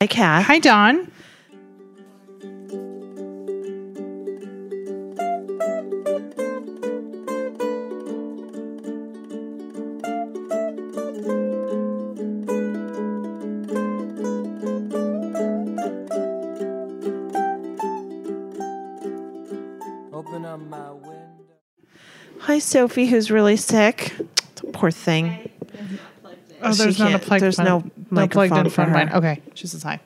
Hi, Kat. Hi, Don. Open up my window. Hi, Sophie, who's really sick. Poor thing. Oh, She there's not a can't- plug. there's button- no microphone plugged-in for phone her. line. Okay, she says hi.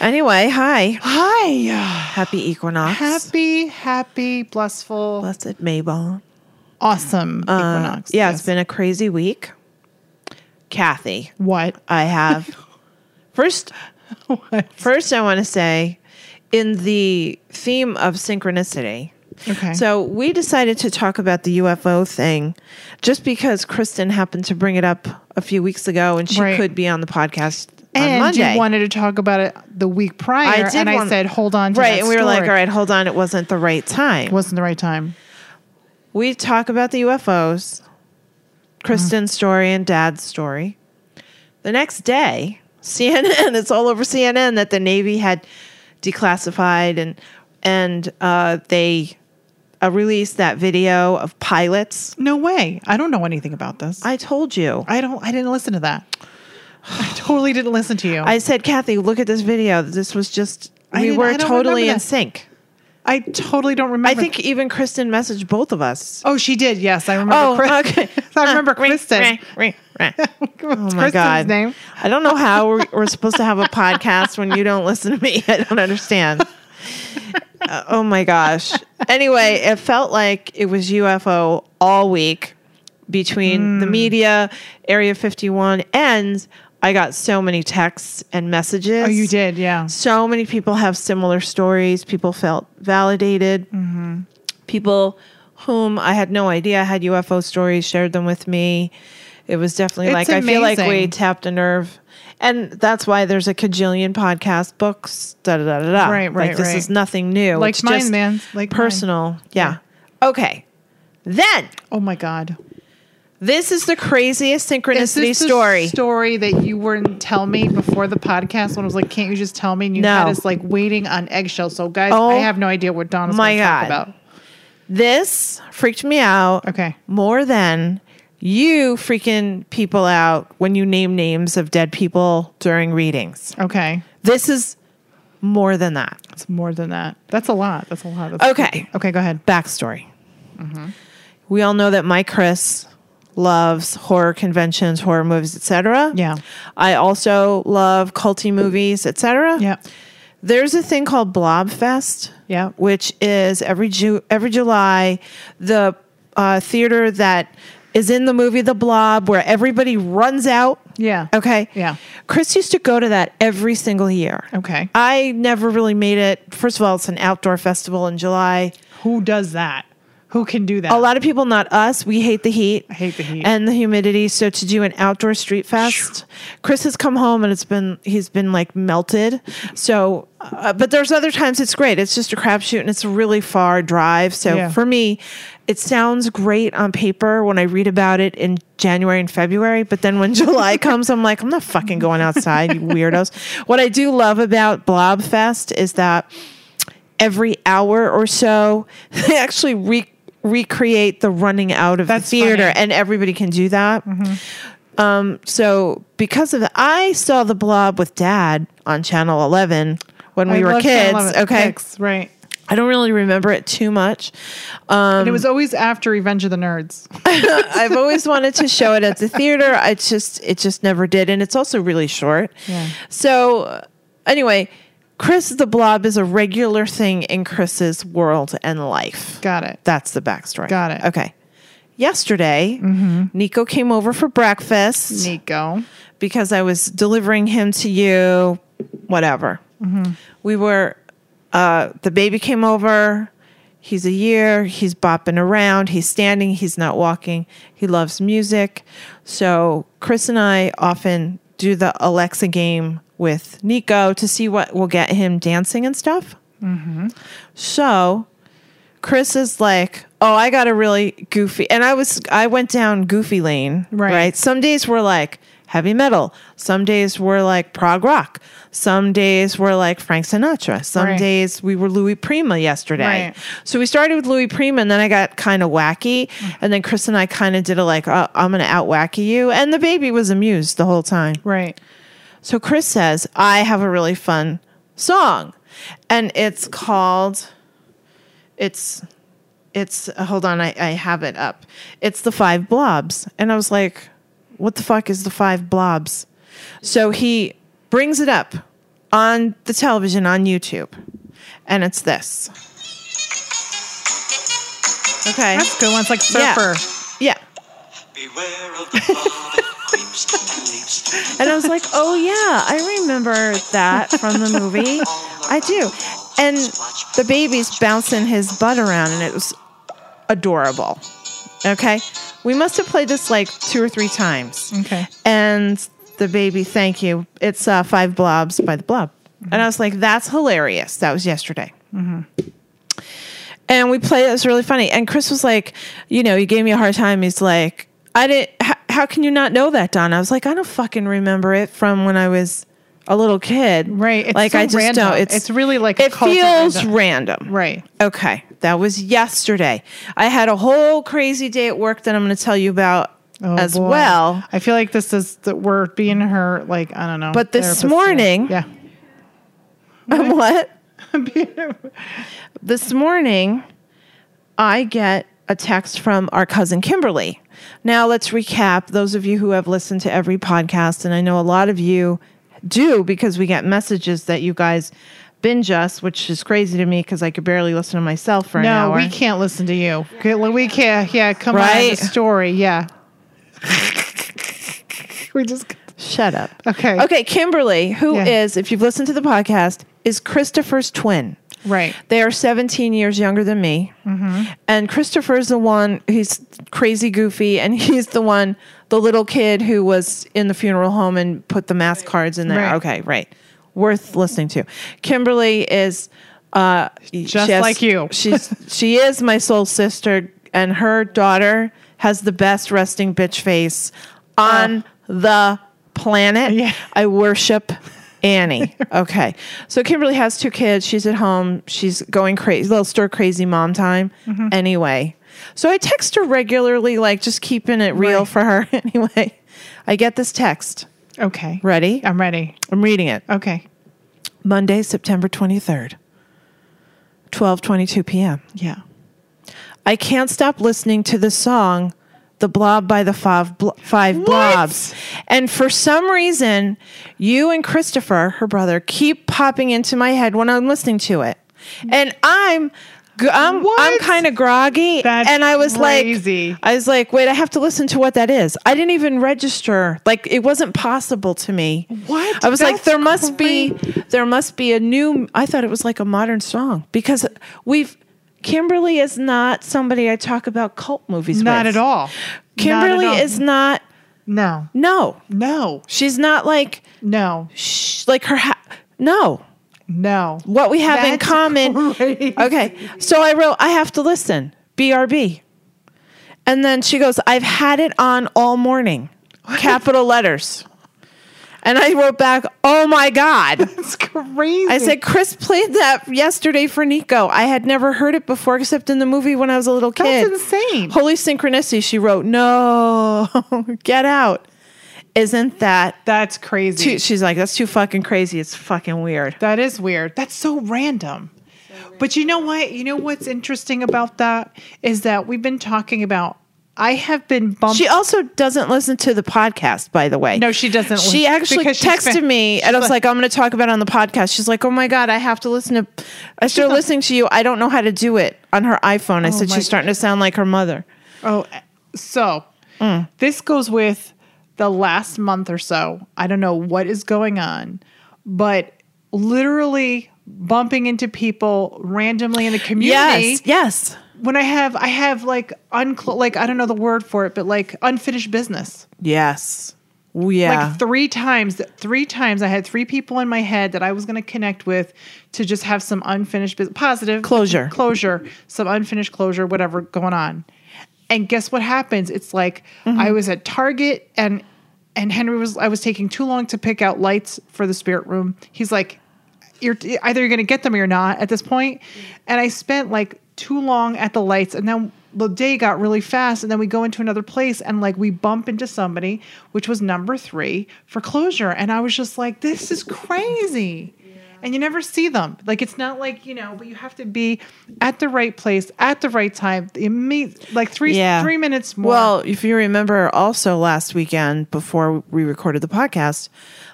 Anyway, hi. Hi. Happy equinox. Happy, happy, blissful, Blessed Mabel. awesome Uh, equinox. yeah, it's been a crazy week. Kathy, what? I have. first, What? first, I want to say, in the theme of synchronicity, Okay. So we decided to talk about the UFO thing just because Kristen happened to bring it up a few weeks ago and she Right. could be on the podcast on and Monday. you wanted to talk about it the week prior, and I want- said, "Hold on." To right, that and we were like, story. all right, hold on, it wasn't the right time. It wasn't the right time." we talk about the UFOs, Kristen's story and Dad's story. The next day, CNN, it's all over CNN that the Navy had declassified and and uh, they uh, released that video of pilots. No way. I don't know anything about this. I, I told you. don't. I didn't listen to that. I totally didn't listen to you. I said, Kathy, look at this video. This was just, I we didn't- were I don't totally remember in that. sync. Oh I totally don't I remember. think even Kristen messaged both of us. Oh, she did. Yes, I remember. Chris- I remember Kristen. Oh, Ring, ring, ring. What's Oh my Kristen's God. name? I don't know how we're, we're supposed to have a podcast when you don't listen to me. I don't understand. Uh, oh my gosh. Anyway, it felt like it was UFO all week between the Hmm. media, Area 51, and I got so many texts and messages. Oh, you did. Yeah. so many people have similar stories. People felt validated. People whom I had no idea had UFO stories shared them with me. It was definitely It's like I feel like we amazing. tapped a nerve, and that's why there's a cajillion podcast books. Da da da da. da. Right, right, Like this right. is nothing new. Like it's mine, just man. Like mine. personal. Yeah. Okay. Then Oh my God. this is the craziest Is synchronicity this the story. story that you wouldn't tell me before the podcast when I was like, "Can't you just tell me?" And you No. had us like waiting on eggshells. So, guys, Oh I have no idea what Donna's my going to talk God. about. this freaked me out. Okay. more than you freaking people out when you name names of dead people during readings. Okay. This is more than that. It's more than that. That's a lot. That's a lot. That's Okay. creepy. Okay. Go ahead. Backstory. Mm-hmm. We all know that my Chris loves horror conventions, horror movies, etc. Yeah. I also love culty movies, etc. Yeah. There's a thing called Blobfest. Yeah. Which is every Ju- every July, the uh, theater that is in the movie The Blob, where everybody runs out. Yeah. Okay. Yeah. Chris used to go to that every single year. Okay. I never really made it. First of all, it's an outdoor festival in July. Who does that? Who can do that? A lot of people, not us, we hate the heat. I hate the heat. and the humidity. So to do an outdoor street fest, Chris has come home and it's been he's been like melted. So, uh, but there's other times it's great. It's just a crapshoot and it's a really far drive. So Yeah. for me, it sounds great on paper when I read about it in January and February. But then when July comes, I'm like, I'm not fucking going outside, you weirdos. What I do love about Blobfest is that every hour or so they actually re- recreate the running out of That's the theater funny. Mm-hmm. and everybody can do that um, so because of that i saw the blob with dad on channel 11 when I we were love Channel kids 11. okay Six, right. i don't really remember it too much um, And it was always after Revenge of the Nerds. I've always wanted to show it at the theater. I just it just never did, and it's also really short. Yeah. So uh, anyway, Chris the Blob is a regular thing in Chris's world and life. Got it. That's the backstory. Got it. Mm-hmm. Okay. Yesterday, Nico came over for breakfast Nico. because I was delivering him to you, whatever. Mm-hmm. We were, uh, the baby came over. He's a year. He's bopping around. He's standing. He's not walking. He loves music. So Chris and I often do the Alexa game with Nico to see what will get him dancing and stuff. So Chris is like, "Oh, I got a really goofy," and I was I went down goofy lane. Right. Some days we're like, heavy metal. Some days we're like prog rock. Some days we're like Frank Sinatra. Some Right. days we were Louis Prima yesterday. Right. So we started with Louis Prima, and then I got kind of wacky. Mm. And then Chris and I kind of did a like, oh, I'm going to out wacky you. And the baby was amused the whole time. Right. So Chris says, I have a really fun song. And it's called it's it's hold on, I, I have it up. It's the five blobs. And I was like, what the fuck is the five blobs? So he brings it up on the television on YouTube. And it's this. Okay. That's a good one. It's like surfer. Yeah. Beware of the blood that creeps and leaps. And I was like, oh, yeah, I remember that from the movie. I do. And the baby's bouncing his butt around, and it was adorable. Okay. We must have played this like two or three times. Okay. And the baby, thank you. It's uh, Five Blobs by the Blob. And I was like, that's hilarious. That was yesterday. Mm-hmm. And we played. It was really funny. And Chris was like, you know, he gave me a hard time. He's like, I didn't. How, how can you not know that, Don? I was like, I don't fucking remember it from when I was a little kid. Right. It's like so I just random. don't. It's, It's really like a it cult of feels random. random. Right. Okay, that was yesterday. I had a whole crazy day at work that I'm going to tell you about Oh, as boy. well. I feel like this is that we're being her like I don't know. But this therapist today. morning- yeah. what? this morning, I get a text from our cousin Kimberly. Now, let's recap those of you who have listened to every podcast, and I know a lot of you do because we get messages that you guys binge us, which is crazy to me because I could barely listen to myself for an No, hour. we can't listen to you. Okay, well, We can't. Yeah, come on. Right? The story. Yeah. we just. Shut up. Okay. Okay, Kimberly, who Yeah. is, if you've listened to the podcast, is Christopher's twin. Right. They are 17 years younger than me. Mm-hmm. And Christopher's the one, he's crazy goofy, and he's the one, the little kid who was in the funeral home and put the mask cards in there. Right. Okay, right. Worth listening to. Kimberly is. Uh, Just she like you. She's she is my soul sister, and her daughter has the best resting bitch face on the planet. Oh. Yeah. I worship Annie. Okay. So Kimberly has two kids. She's at home. She's going crazy, little stir crazy mom time. Mm-hmm. Anyway. So I text her regularly, like just keeping it real Right. for her. Anyway, I get this text. Okay. Ready? I'm ready. I'm reading it. Okay. Monday, September 23rd, 12:22 p.m. Yeah. I can't stop listening to the song The Blob by the Five, Bl- five Blobs. And for some reason, you and Christopher, her brother, keep popping into my head when I'm listening to it. And I'm g- I'm, I'm What? kind of groggy That's and I was crazy. like I was like wait I have to listen to what that is. I didn't even register. Like it wasn't possible to me. What? I was like That's there must be there must be a new I thought it was like a modern song because we've Kimberly is not somebody I talk about cult movies Not with. at all. Kimberly Not at all. is not No. no. No. She's not like No. sh- like her ha- no. No. What we have in That's common. crazy. Okay. So I wrote I have to listen. BRB. And then she goes, "I've had it on all morning." Capital letters. And I wrote back, "Oh my god." That's crazy. I said, Chris played that yesterday for Nico. I had never heard it before except in the movie when I was a little That's kid. insane. Holy synchronicity. She wrote, No, get out. Isn't that That's too? crazy. She's like, That's too fucking crazy. It's fucking weird. That is weird. That's so random. But you know what? You know what's interesting about that is that we've been talking about. I have been bumped. She also doesn't listen to the podcast, by the way. No, she doesn't She listen- actually because she's texted fa- me, and I was like, "I'm going to talk about it on the podcast." She's like, "Oh my god, I have to listen to." I started listening to you. I don't know how to do it on her iPhone. I said Oh my she's starting to sound like her mother. oh, so Mm. this goes with the last month or so. I don't know what is going on, but literally bumping into people randomly in the community. Yes, yes. When I have, I have like uncl- like I don't know the word for it, but like unfinished business. Yes. Yeah. Like three times, three times I had three people in my head that I was going to connect with to just have some unfinished business, positive Closure. closure, some unfinished closure, whatever going on. And guess what happens? It's like I was at Target and and Henry was I was taking too long to pick out lights for the spirit room. He's like, you're either you're gonna get them or you're not at this point. And I spent like too long at the lights, and then the day got really fast, and then we go into another place and like we bump into somebody, which was number three for closure. And I was just like, this is crazy. And you never see them. Like it's not like you know, but you have to be at the right place at the right time. The imme- like three Yeah. three minutes more. Well, if you remember also last weekend before we recorded the podcast,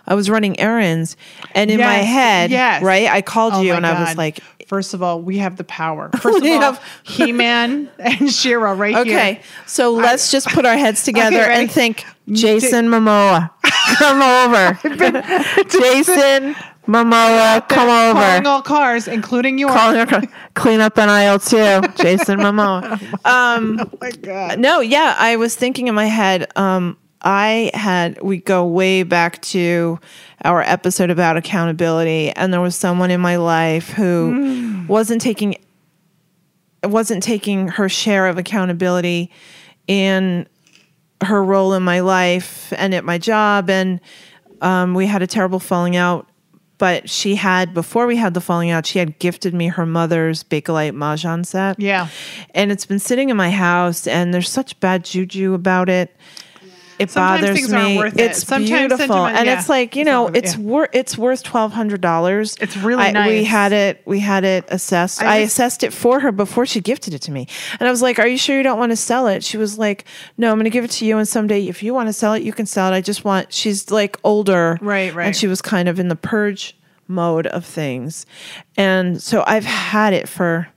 I was running errands and in my Yes, head, yes. right? I called Oh you my and I was God. like, first of all, we have the power. First of We all, have- He Man and Shira right here. okay, so let's just put our heads together Okay, ready? and think Jason Momoa, come over. Jason Momoa, come over. Calling all cars, including yours. Calling her, clean up an aisle too, Jason Momoa. Um, oh my God. No, yeah, I was thinking in my head. Um, I had we go way back to our episode about accountability, and there was someone in my life who wasn't taking wasn't taking her share of accountability in her role in my life and at my job, and um, we had a terrible falling out. But she had before we had the falling out, she had gifted me her mother's Bakelite mahjong set Yeah. and it's been sitting in my house and there's such bad juju about it it Sometimes bothers things me aren't worth it. it's Sometimes beautiful sentiment- and yeah. it's like you It's know not- it's yeah. worth it's worth $1200 It's really I- we nice. had it we had it assessed I i, just- assessed it for her before she gifted it to me and i was like are you sure you don't want to sell it she was like no i'm going to give it to you and someday if you want to sell it you can sell it i just want she's like older Right, right. and she was kind of in the purge mode of things and so i've had it for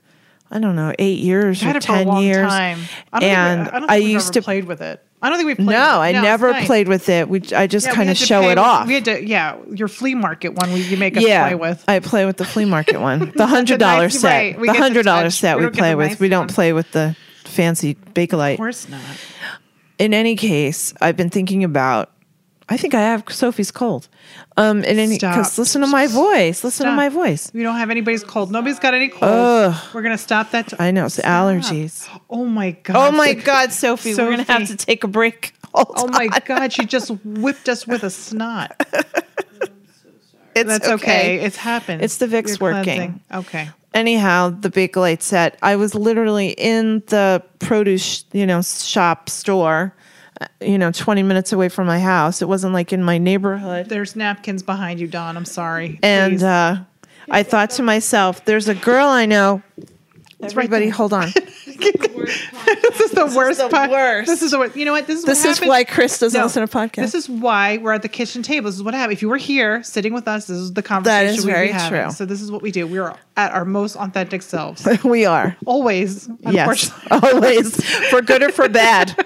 I don't know, eight years Had or it for a ten long years, time. I don't and think we, I, don't think I we've used ever to. played with it. I don't think we played. no, with it. I it's never nice. played with it. We I just Yeah, we kind had of to show pay it with- off. We had to, yeah, your flea market one we, you make us yeah, play with. I play with the flea market one, the hundred dollar nice- set, right, we the get to hundred dollar touch. set we, We don't get play the with. nice we don't one. play with the fancy of bakelite. course not. in any case, I've been thinking about. I think I have Sophie's cold. Um, in any Stop. because listen to my voice. Listen to Stop. my voice. We don't have anybody's cold. Nobody's got any cold. Ugh. We're gonna stop that. I know it's allergies. oh my god. Oh my God, Sophie, we're gonna have Sophie. to take a break. Hold Oh my on. god. She just whipped us with a snot. It's That's okay. It's happened. It's the Vicks You're working. cleansing. Okay. anyhow, the Bakelite set, I was literally in the produce, you know, shop store, uh, you know, 20 minutes away from my house. It wasn't like in my neighborhood. There's napkins behind you, Don. I'm sorry. And Please. uh, I thought to myself, there's a girl I know. Everybody, hold on. this is the worst. the part. worst. This is the worst. You know what? This is This what is happened. why Chris doesn't No. listen to podcasts. This is why we're at the kitchen table. This is what happened. If you were here sitting with us, this is the conversation is we'd very be having. true. So this is what we do. We are at our most authentic selves. we are. Always. Yes, unfortunately. always for good or for bad.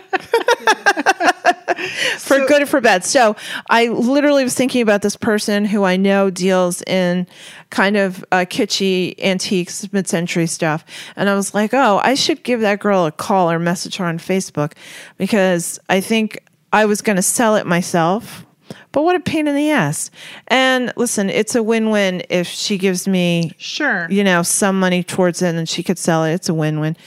for So- good or for bad. So I literally was thinking about this person who I know deals in kind of uh, kitschy antiques, mid-century stuff, and I was like, oh, I should give that girl a call or message her on Facebook because I think I was going to sell it myself. But what a pain in the ass. And listen, it's a win win if she gives me Sure. you know, some money towards it and she could sell it. It's a win win.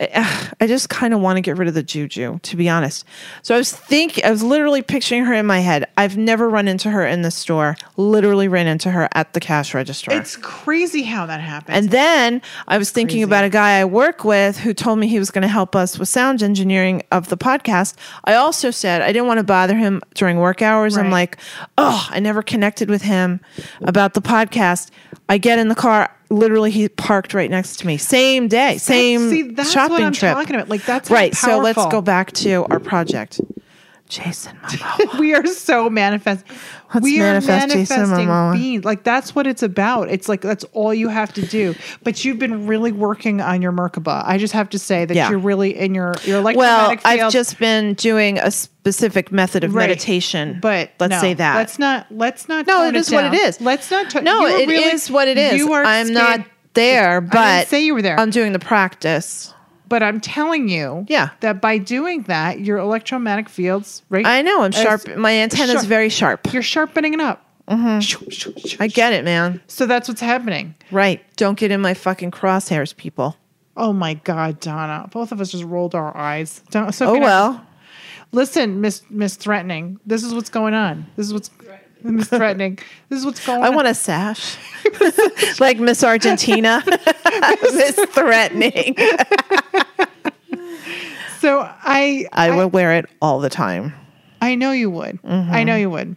I just kind of want to get rid of the juju, to be honest. So I was thinking, I was literally picturing her in my head. I've never run into her in the store, literally ran into her at the cash register. It's crazy how that happens. and then I was thinking about a guy I work with who told me he was going to help us with sound engineering of the podcast. I also said I didn't want to bother him during work hours. I'm Right. like, oh, I never connected with him about the podcast. I get in the car. Literally, he parked right next to me. Same day, same See, that's shopping what I'm trip. talking about. Like that's how right. So let's powerful. go back to our project. Jason Momoa. we are so manifest. we manifest are Jason manifesting Momoa. beings. Like that's what it's about. It's like that's all you have to do. But you've been really working on your Merkaba. I just have to say that Yeah. you're really in your your electromagnetic well, I've field. just been doing a specific method of Right. meditation, But let's no, say that. Let's not. Let's not. No, tone it is what it down. is. Let's not. To- no, you it is really- what it is. You are. I'm scared, not there, but say you were there. I'm doing the practice. But I'm telling you. Yeah. That by doing that, your electromagnetic fields. Right. I know I'm As- sharp. My antenna is Sure. very Mm-hmm. sharp. You're sharpening it up. Shoo, shoo, shoo, I get it, man. So that's what's happening. Right. Don't get in my fucking crosshairs, people. Oh my God, Donna. Both of us just rolled our eyes. Don- Sophie Oh and I- well. Listen, Miss Miss Threatening, this is what's going on. This is what's Miss Threatening. This is what's going I on. want a sash, like Miss Argentina. Miss threatening. so I I will Mm-hmm. wear it all the time. I know you would. I know you would.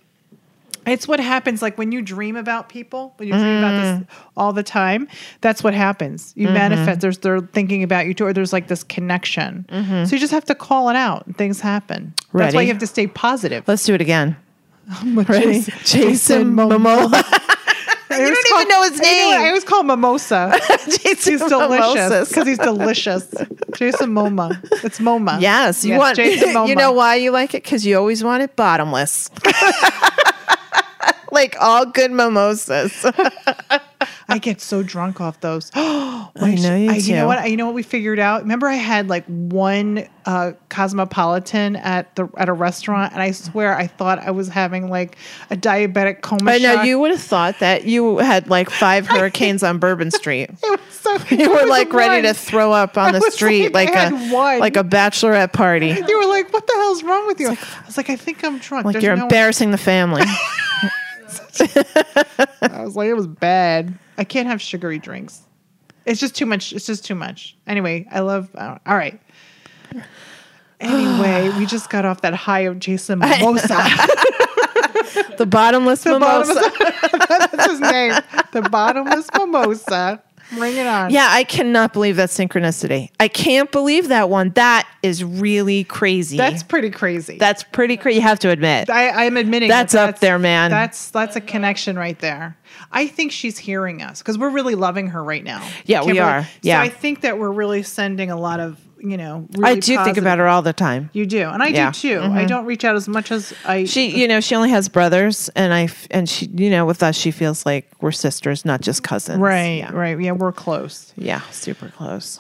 It's what happens like when you dream about people, when you dream about Mm. this all the time, that's what happens. Mm-hmm. You manifest there's they're thinking about you too, or there's like this connection. So you just have to call it out and things happen. That's why Mm-hmm. Ready? you have to stay positive. Let's do it again. Which Ready? is- Jason Momoa. I don't always even know his I know, name. I always call him Mimosa. Jason He's delicious Moses. because he's delicious. Jason Moma. It's Moma. Yes, you want. Jason Moma. You know why you like it? Because you always want it bottomless, like all good mimosas. I get so drunk off those. I know you You know do. what? I- You know what we figured out? Remember, I had like one uh, cosmopolitan at the at a restaurant, and I swear I thought I was having like a diabetic coma. I know shock. you would have thought that you had like five hurricanes on Bourbon Street. It was so, You were like ready to throw up on the was street, like, like, I a had one. like a bachelorette party. You were like, "What the hell's wrong with you?" I was like, "I think I'm drunk." Like There's you're no- embarrassing the family. I was like, "It was bad. I can't have sugary drinks. It's just too much. It's just too much." Anyway, I love. I don't- all right. Anyway, we just got off that high of Jason Mimosa. the bottomless mimosa. Bottomless- That's his name. The bottomless mimosa. Bring it on. Yeah, I cannot believe that synchronicity. I can't believe that one. That is really crazy. That's pretty crazy. that's pretty crazy. You have to admit. I, I'm admitting That's it. up there, man. That's that's a connection right there. I think she's hearing us because we're really loving her right now. Yeah, we Kimberly- are. Yeah. So I think that we're really sending a lot of you know. I Really do think positive- about her all the time. You do, and I Yeah. Mm-hmm. do too. I don't reach out as much as I. She, you know, she only has brothers, and I, f- and she, you know, with us, she feels like we're sisters, not just cousins. right, right. Yeah, we're close. Yeah, super close.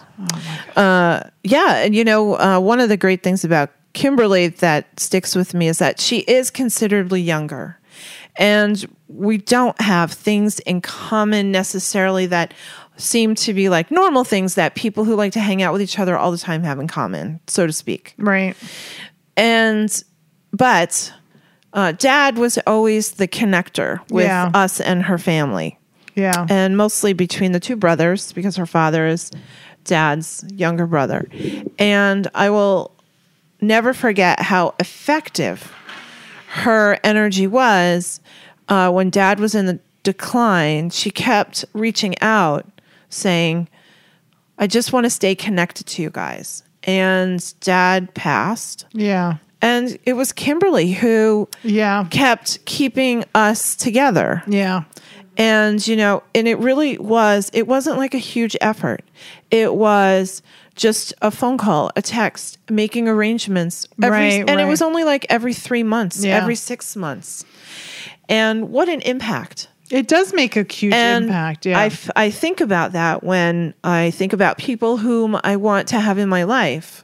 uh, yeah, and you know, uh, one of the great things about Kimberly that sticks with me is that she is considerably younger, and we don't have things in common necessarily that seem to be like normal things that people who like to hang out with each other all the time have in common, so to speak. Right. And but uh, Dad was always the connector with Yeah. us and her family Yeah. and mostly between the two brothers because her father is dad's younger brother. And I will never forget how effective her energy was uh, when dad was in the decline. She kept reaching out saying, I just want to stay connected to you guys. And dad passed. yeah. And it was Kimberly who Yeah. kept keeping us together. Yeah. And, you know, and it really was, it wasn't like a huge effort. It was just a phone call, a text, making arrangements. Every, Right, and it right. was only like every three months, Yeah. every six months. And what an impact. It does make a huge And impact. Yeah. I, f- I think about that when I think about people whom I want to have in my life.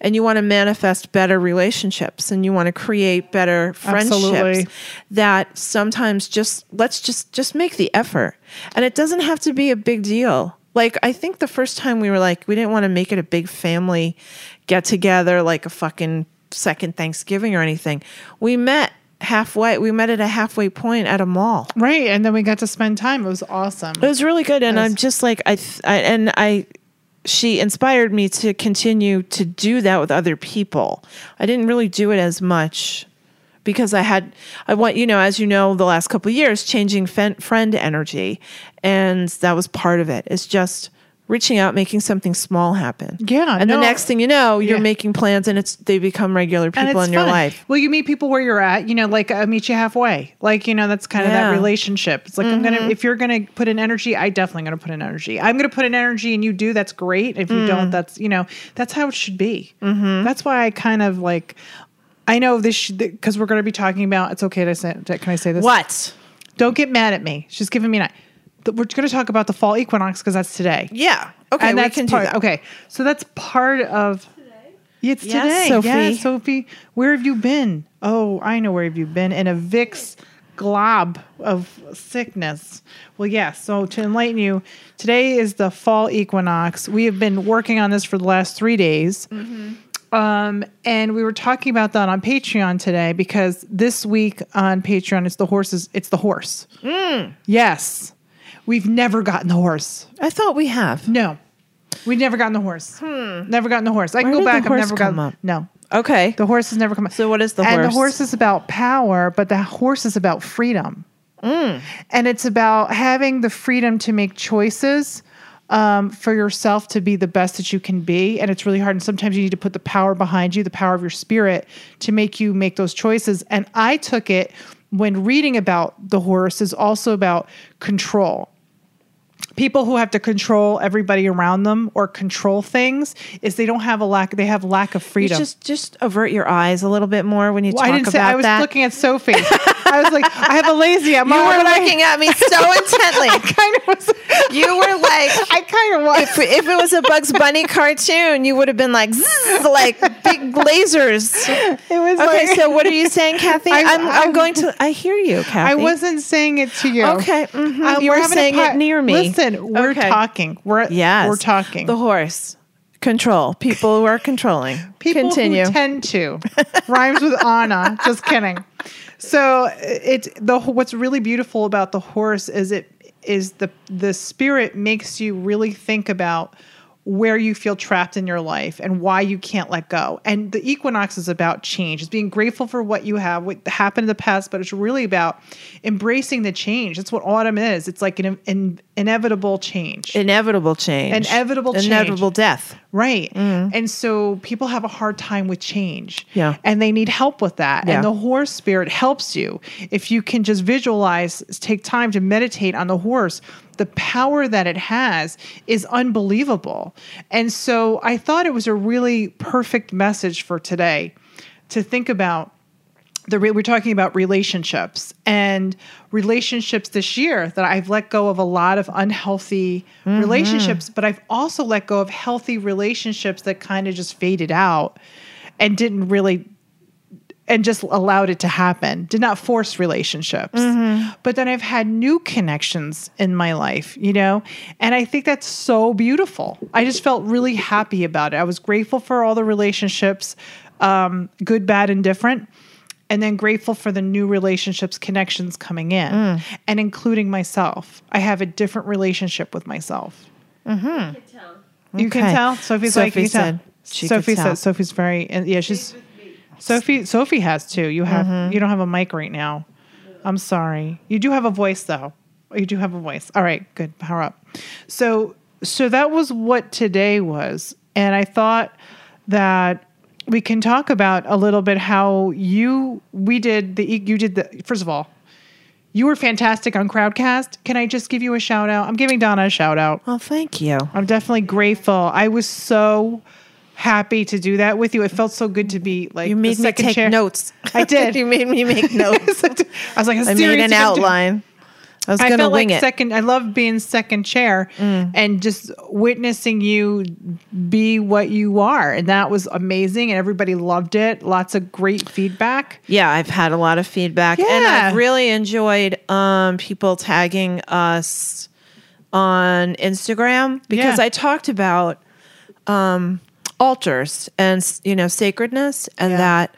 And you want to manifest better relationships and you want to create better friendships Absolutely. that sometimes just let's just just make the effort. And it doesn't have to be a big deal. Like I think the first time we were like we didn't want to make it a big family get together like a fucking second Thanksgiving or anything. We met halfway. We met at a halfway point at a mall. right. And then we got to spend time. It was awesome. It was really good, and Yes. I'm just like I, th- I and I. She inspired me to continue to do that with other people. I didn't really do it as much because I had I want you know as you know the last couple of years changing fen- friend energy, and that was part of it. It's just reaching out, making something small happen. Yeah, and no. the next thing you know, you're Yeah. making plans, and it's they become regular people in your fun. life. Well, you meet people where you're at. You know, like I meet you halfway. Like you know, that's kind Yeah. Mm-hmm. of that relationship. It's like I'm gonna if you're gonna put in energy, I definitely gonna put in energy. I'm gonna put in energy, and you do. That's great. If you Mm. don't, that's you know, that's how it should be. Mm-hmm. That's why I kind of like. I know this because we're gonna be talking about. It's okay to say. Can I say this? What? Don't get mad at me. She's giving me an. eye. Th- We're going to talk about the fall equinox because that's today. Yeah. Okay, and we that's can do part, that. Okay, so that's part of. It's today, Yes, Yeah, Sophie. Sophie. Where have you been? Oh, I know where have you been in a Vicks glob of sickness. Well, yeah. So to enlighten you, today is the fall equinox. We have been working on this for the last three days. Um, and we were talking about that on Patreon today because this week on Patreon it's the horses. It's the horse. Yes, we've never gotten the horse. I thought we have. No, we've never gotten the horse. Never gotten the horse. I can Hmm. Where go did the back. horse I've never gotten. come up? No, Okay. the horse has never come up. So what is the and the horse? horse is about power, but the horse is about freedom. Mm. And it's about having the freedom to make choices um, for yourself to be the best that you can be. And it's really hard. And sometimes you need to put the power behind you, the power of your spirit, to make you make those choices. And I took it when reading about the horse is also about control people who have to control everybody around them or control things is they don't have a lack they have lack of You freedom just just avert your eyes a little bit more when you well, talk I didn't about say I was that. looking at Sophie. I was like, I have a lazy. I'm you all were over my- looking at me so intently. kind of was. You were like, I kind of if, was. if it was a Bugs Bunny cartoon, you would have been like, zzz, like big lasers. It was Okay, like- so what are you saying, Kathy? I- I'm, I'm, I'm- going to. I hear you, Kathy. I wasn't saying it to you. Okay, mhm. Um, You we're were having a saying it pod- near me. Listen, we're Okay. talking. We're Yes, we're talking. The horse control. People who are controlling. people Continue. who tend to rhymes with Anna. Just kidding. So it's the what's really beautiful about the horse is it is the the spirit makes you really think about where you feel trapped in your life and why you can't let go. And the equinox is about change. It's being grateful for what you have, what happened in the past, but it's really about embracing the change. That's what autumn is. It's like an, in inevitable change. Inevitable change. Inevitable change. Inevitable death. Right. And so people have a hard time with change. Mm. Yeah. And they need help with that. Yeah. And the horse spirit helps you. If you can just visualize, take time to meditate on the horse, the power that it has is unbelievable. And so I thought it was a really perfect message for today to think about the re- we're talking about relationships and relationships this year that I've let go of a lot of unhealthy relationships, but I've also let go of healthy relationships that kind of just faded out and didn't really and just allowed it to happen. Did not force relationships. But then I've had new connections in my life, you know? And I think that's so beautiful. I just felt really happy about it. I was grateful for all the relationships, um, good, bad, and different. And then grateful for the new relationships, connections coming in, and including myself. I have a different relationship with myself. You Okay. can tell. Sophie's like, Sophie you can said tell. she could Sophie tell. says Sophie's very and yeah, she's Sophie Sophie has two. You have Mm-hmm. you don't have a mic right now. I'm sorry. You do have a voice though. You do have a voice. All right, good. Power up. So so that was what today was. And I thought that we can talk about a little bit how you we did the you did the first of all you were fantastic on Crowdcast. Can I just give you a shout out? I'm giving Donna a shout out. Well, thank you. I'm definitely grateful. I was so happy to do that with you. It felt so good to be like You made the me second take chair. notes. I did. you made me make notes. I was like, I made an outline. I was I going to felt wing like it. Mm. second. I love being second chair and just witnessing you be what you are, and that was amazing. And everybody loved it. Lots of great feedback. Yeah, I've had a lot of feedback, and Yeah. I've really enjoyed um, people tagging us on Instagram because Yeah. I talked about um, altars and you know sacredness, and Yeah. that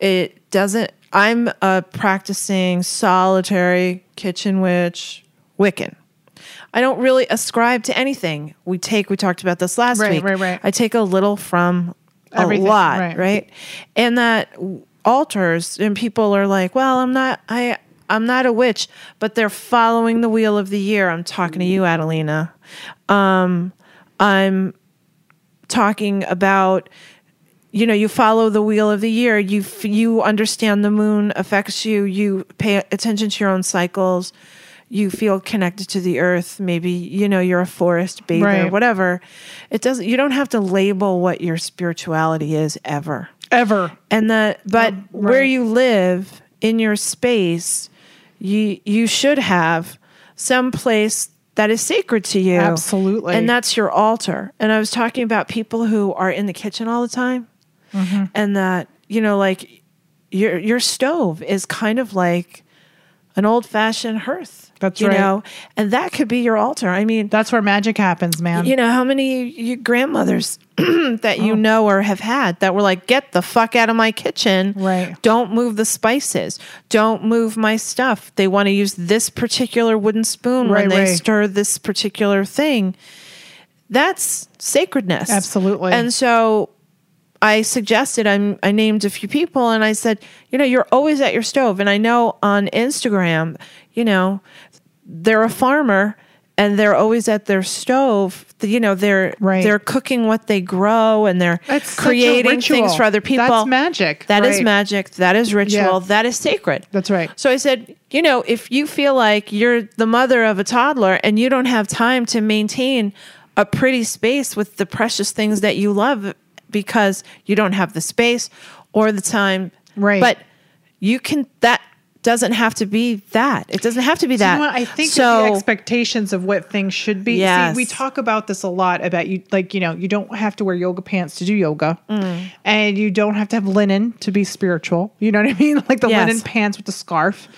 it doesn't. I'm a practicing solitary kitchen witch Wiccan. I don't really ascribe to anything. We take. We talked about this last Right, week. right, right. I take a little from Everything, a lot, right. right? And that w- altars and people are like, "Well, I'm not I I'm not a witch, but they're following the wheel of the year." I'm talking to you, Adelina. Um I'm talking about you know, you follow the wheel of the year. You f- you understand the moon affects you. You pay attention to your own cycles. You feel connected to the earth. Maybe you know you're a forest bather, Right. whatever. It doesn't. You don't have to label what your spirituality is ever. Ever. And the but where Oh, right. you live in your space, you you should have some place that is sacred to you. Absolutely. And that's your altar. And I was talking about people who are in the kitchen all the time. Mm-hmm. And that, you know, like your your stove is kind of like an old fashioned hearth. That's you right. know, and that could be your altar. I mean, That's where magic happens, man. Oh. you know how many you grandmothers that you know or have had that were like get the fuck out of my kitchen Right. don't move the spices don't move my stuff they want to use this particular wooden spoon Right, when they right. stir this particular thing that's sacredness Absolutely. and so I suggested I'm, I named a few people and I said, you know, you're always at your stove. And I know on Instagram, you know, they're a farmer and they're always at their stove. The- You know, they're Right. they're cooking what they grow and they're That's such a creating things ritual. for other people. That's magic, That is right. magic. That is ritual. Yeah. That is sacred. That's right. So I said, you know, if you feel like you're the mother of a toddler and you don't have time to maintain a pretty space with the precious things that you love because you don't have the space or the time. Right. But you can, that doesn't have to be that. It doesn't have to be that. You know what? I think it's so. the expectations of what things should be. Yes. See, we talk about this a lot about you, like, you know, you don't have to wear yoga pants to do yoga, Mm. and you don't have to have linen to be spiritual. You know what I mean? Like the Yes. linen pants with the scarf.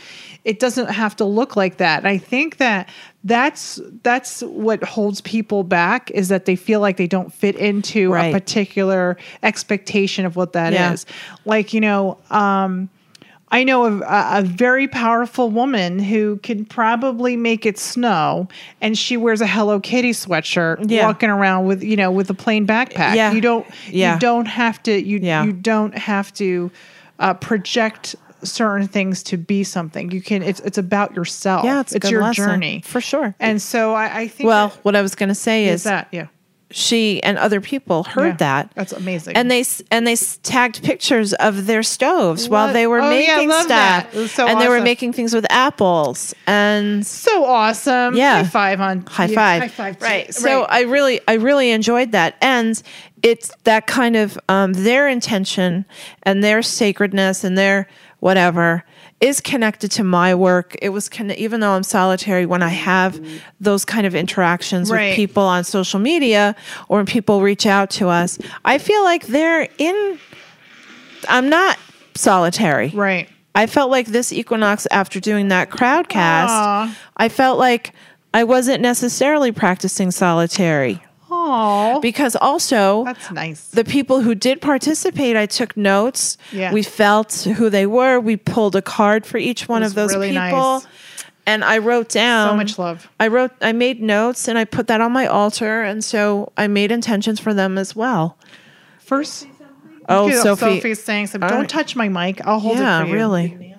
It doesn't have to look like that. And I think that that's that's what holds people back is that they feel like they don't fit into Right. a particular expectation of what that is. Yeah. Like, you know, um, I know of a, a very powerful woman who can probably make it snow, and she wears a Hello Kitty sweatshirt, Yeah. walking around with you know with a plain backpack. Yeah. You don't. Yeah. You don't have to. You Yeah. you don't have to uh, project certain things to be something. You can. It's it's about yourself. Yeah, it's a good your lesson, journey for sure. And so I, I think. well, that- what I was going to say is is that yeah. she and other people heard Yeah, that. that's amazing. And they s- and they s- tagged pictures of their stoves while What? they were Oh, yeah, I making love that. stuff. It was so and they were awesome. making things with apples and So awesome. Yeah. High five on high yeah, five. High five. to- Right. So I really I really enjoyed that. And it's that kind of um, their intention and their sacredness and their whatever is connected to my work. It was con- even though I'm solitary when I have those kind of interactions Right. with people on social media or when people reach out to us, I feel like they're in I'm not solitary. right. I felt like this equinox after doing that crowd cast, Aw. I felt like I wasn't necessarily practicing solitary Oh, because also that's nice. the people who did participate, I took notes. Yeah. We felt who they were. We pulled a card for each one It was of those really people. nice. And I wrote down much love. I wrote I made notes and I put that on my altar and so I made intentions for them as well. First. Oh, Look at Sophie. Sophie's saying something. All Don't right. touch my mic. I'll hold it yeah, for you. really.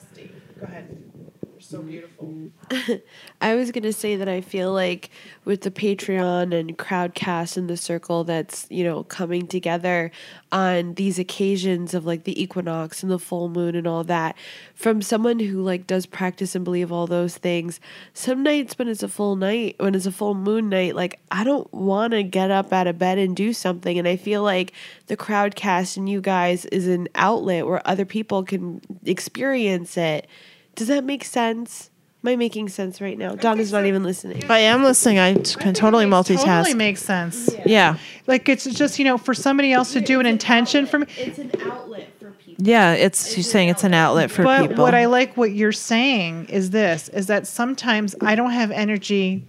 I was gonna say that I feel like with the Patreon and Crowdcast and the circle that's you know coming together on these occasions of like the equinox and the full moon and all that, from someone who like does practice and believe all those things. Some nights when it's a full night, when it's a full moon night, like I don't want to get up out of bed and do something, and I feel like the Crowdcast and you guys is an outlet where other people can experience it. Does that make sense? Am I making sense right now? Donna's not even listening. I am listening. I t- can totally multitask. Totally makes sense. yeah. Like it's just you know for somebody else to do an intention for me. It's an outlet for people. Yeah, it's she's saying it's an outlet for But people. what I like what you're saying is this: is that sometimes I don't have energy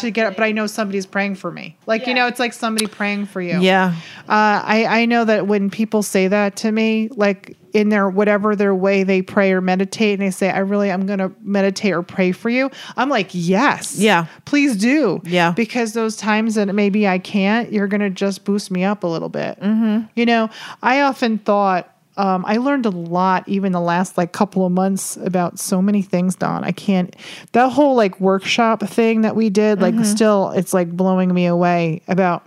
to get up, but I know somebody's praying for me. Like you know, it's like somebody praying for you. yeah, Uh, I, I know that when people say that to me, like in their whatever their way they pray or meditate, and they say, I really am going to meditate or pray for you, I'm like, yes. Yeah. Please do. Yeah. Because those times that maybe I can't, you're going to just boost me up a little bit. Mm-hmm. You know, I often thought, um, I learned a lot even the last like couple of months about so many things, Don. I can't that whole like workshop thing that we did, Mm-hmm. like still it's like blowing me away about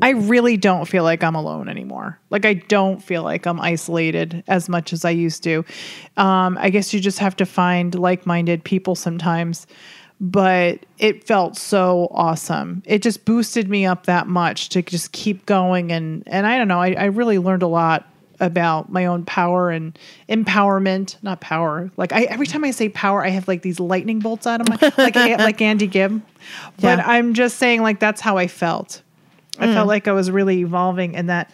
I really don't feel like I'm alone anymore. Like I don't feel like I'm isolated as much as I used to. Um, I guess you just have to find like-minded people sometimes. But it felt so awesome. It just boosted me up that much to just keep going and and I don't know. I, I really learned a lot about my own power and empowerment. Not power. Like I every time I say power, I have like these lightning bolts out of my like a- like Andy Gibb. But Yeah. I'm just saying like that's how I felt. I Mm. felt like I was really evolving, and that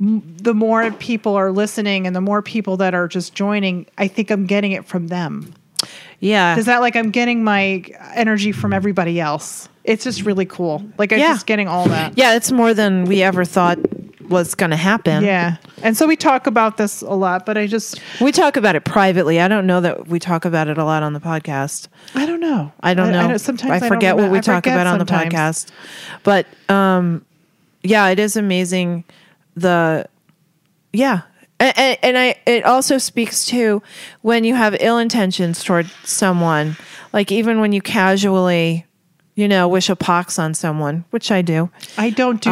m- the more people are listening and the more people that are just joining, I think I'm getting it from them. Yeah. Is that like I'm getting my energy from everybody else? It's just really cool. Like I'm Yeah. just getting all that. yeah, it's more than we ever thought was going to happen. Yeah. And so we talk about this a lot, but I just We talk about it privately. I don't know that we talk about it a lot on the podcast. I don't know. I don't know. sometimes I don't forget what remem- we I talk forget about on sometimes. the podcast. But um, yeah, it is amazing. The yeah, and, and I it also speaks to when you have ill intentions toward someone, like even when you casually, you know, wish a pox on someone, which I do. Um, I don't do.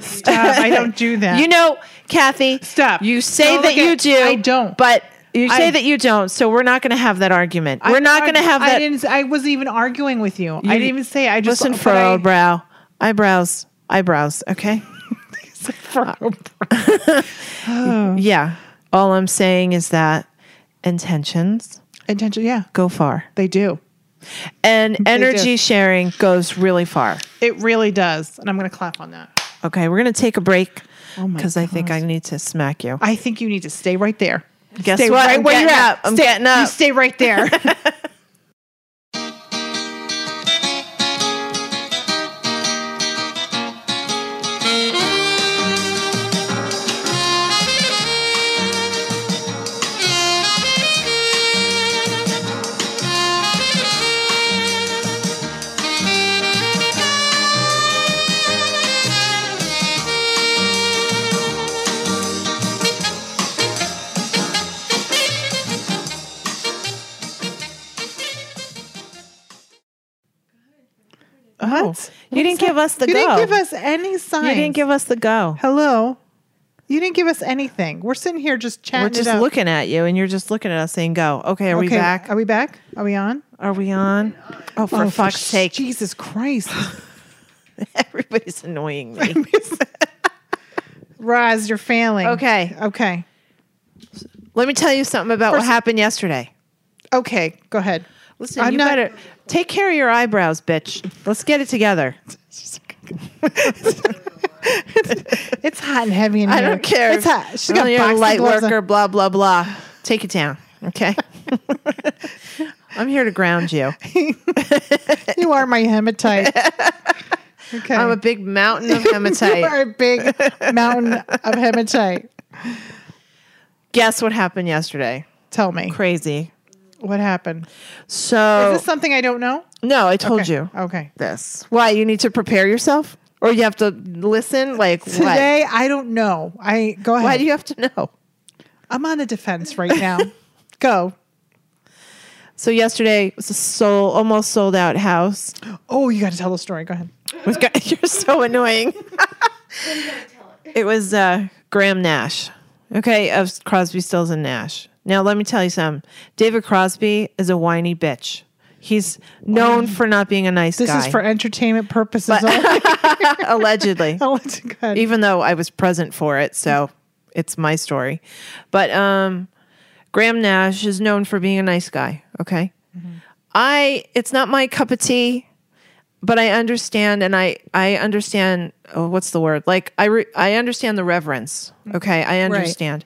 stop! I don't do that. You know, Kathy, Stop. You say Don't that look at- you do. I don't. But you say I- that you don't. So we're not going to have that argument. I- we're not I- going to have that. I didn't. I wasn't even arguing with you. I didn't even say. I just Listen, but furrowed I- brow, eyebrows, eyebrows. Okay. Yeah. All I'm saying is that intentions Intention. Yeah, go far, they do. and energy do. sharing goes really far. It really does. And I'm going to clap on that. Okay, we're gonna take a break Oh my because I think I need to smack you. I think you need to stay right there. Guess stay what? Right I'm where getting you're at. up. I'm stay, getting You up. stay right there. what? You didn't give us the Oh. You go. didn't give us any sign. you didn't give us the go. Hello. You didn't give us anything. We're sitting here just chatting. We're it just up. looking at you, and you're just looking at us saying, "Go." Okay, are we Okay, back? Are we back? Are we on? Are we on? Oh, for fuck's sh- sake! Jesus Christ. Everybody's annoying me. Roz, you're failing. Okay. Okay. Let me tell you something about what First- happened yesterday. Okay. Go ahead. Listen, I'm you not- better take care of your eyebrows, bitch. Let's get it together. It's hot and heavy in here. I don't care. It's hot. She's got Oh, you're a boxing light gloves on. worker, blah blah blah. Take it down, okay? I'm here to ground you. You are my hematite. Okay. I'm a big mountain of You are hematite. a big mountain of hematite. Guess what happened yesterday? Tell me Crazy. what happened. So Is this something I don't know? no, I told Okay. Oh. you Okay. this. Why you need to prepare yourself, or you have to listen? Like what? Today I don't know. I go ahead. Why do you have to know? I'm on the defense right now. go. So yesterday was a sold, almost sold out house. Oh, you got to tell the story. Go ahead. Was Gra- You're so annoying. it was uh, Graham Nash, okay, of Crosby, Stills, and Nash. Now, let me tell you something. David Crosby is a whiny bitch. He's known for not being a nice This guy, is for entertainment purposes only. allegedly. I want to go ahead. even though I was present for it, so it's my story. But um, Graham Nash is known for being a nice guy. Okay, I it's not my cup of tea, but I understand, and I I understand. Oh, what's the word? Like I re, I understand the reverence. Okay, I understand,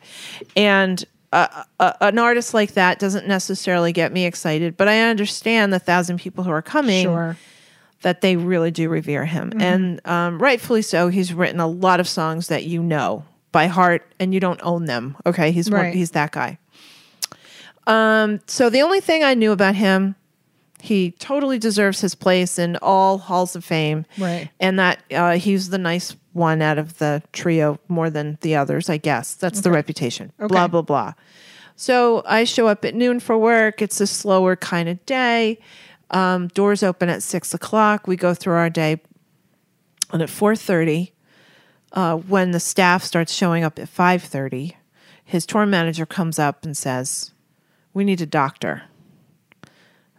and. Uh, uh, an artist like that doesn't necessarily get me excited, but I understand the thousand people who are coming Sure. that they really do revere him. Mm-hmm. And um, rightfully so, he's written a lot of songs that you know by heart and you don't own them. Okay. He's, one, Right. he's that guy. Um, so the only thing I knew about him, he totally deserves his place in all halls of fame. Right. And that uh, he's the nice one out of the trio more than the others, I guess. That's the reputation. Blah, Okay. blah, blah. So I show up at noon for work. It's a slower kind of day. Um, doors open at six o'clock. We go through our day, and at four thirty, uh, when the staff starts showing up at five thirty, his tour manager comes up and says, "We need a doctor."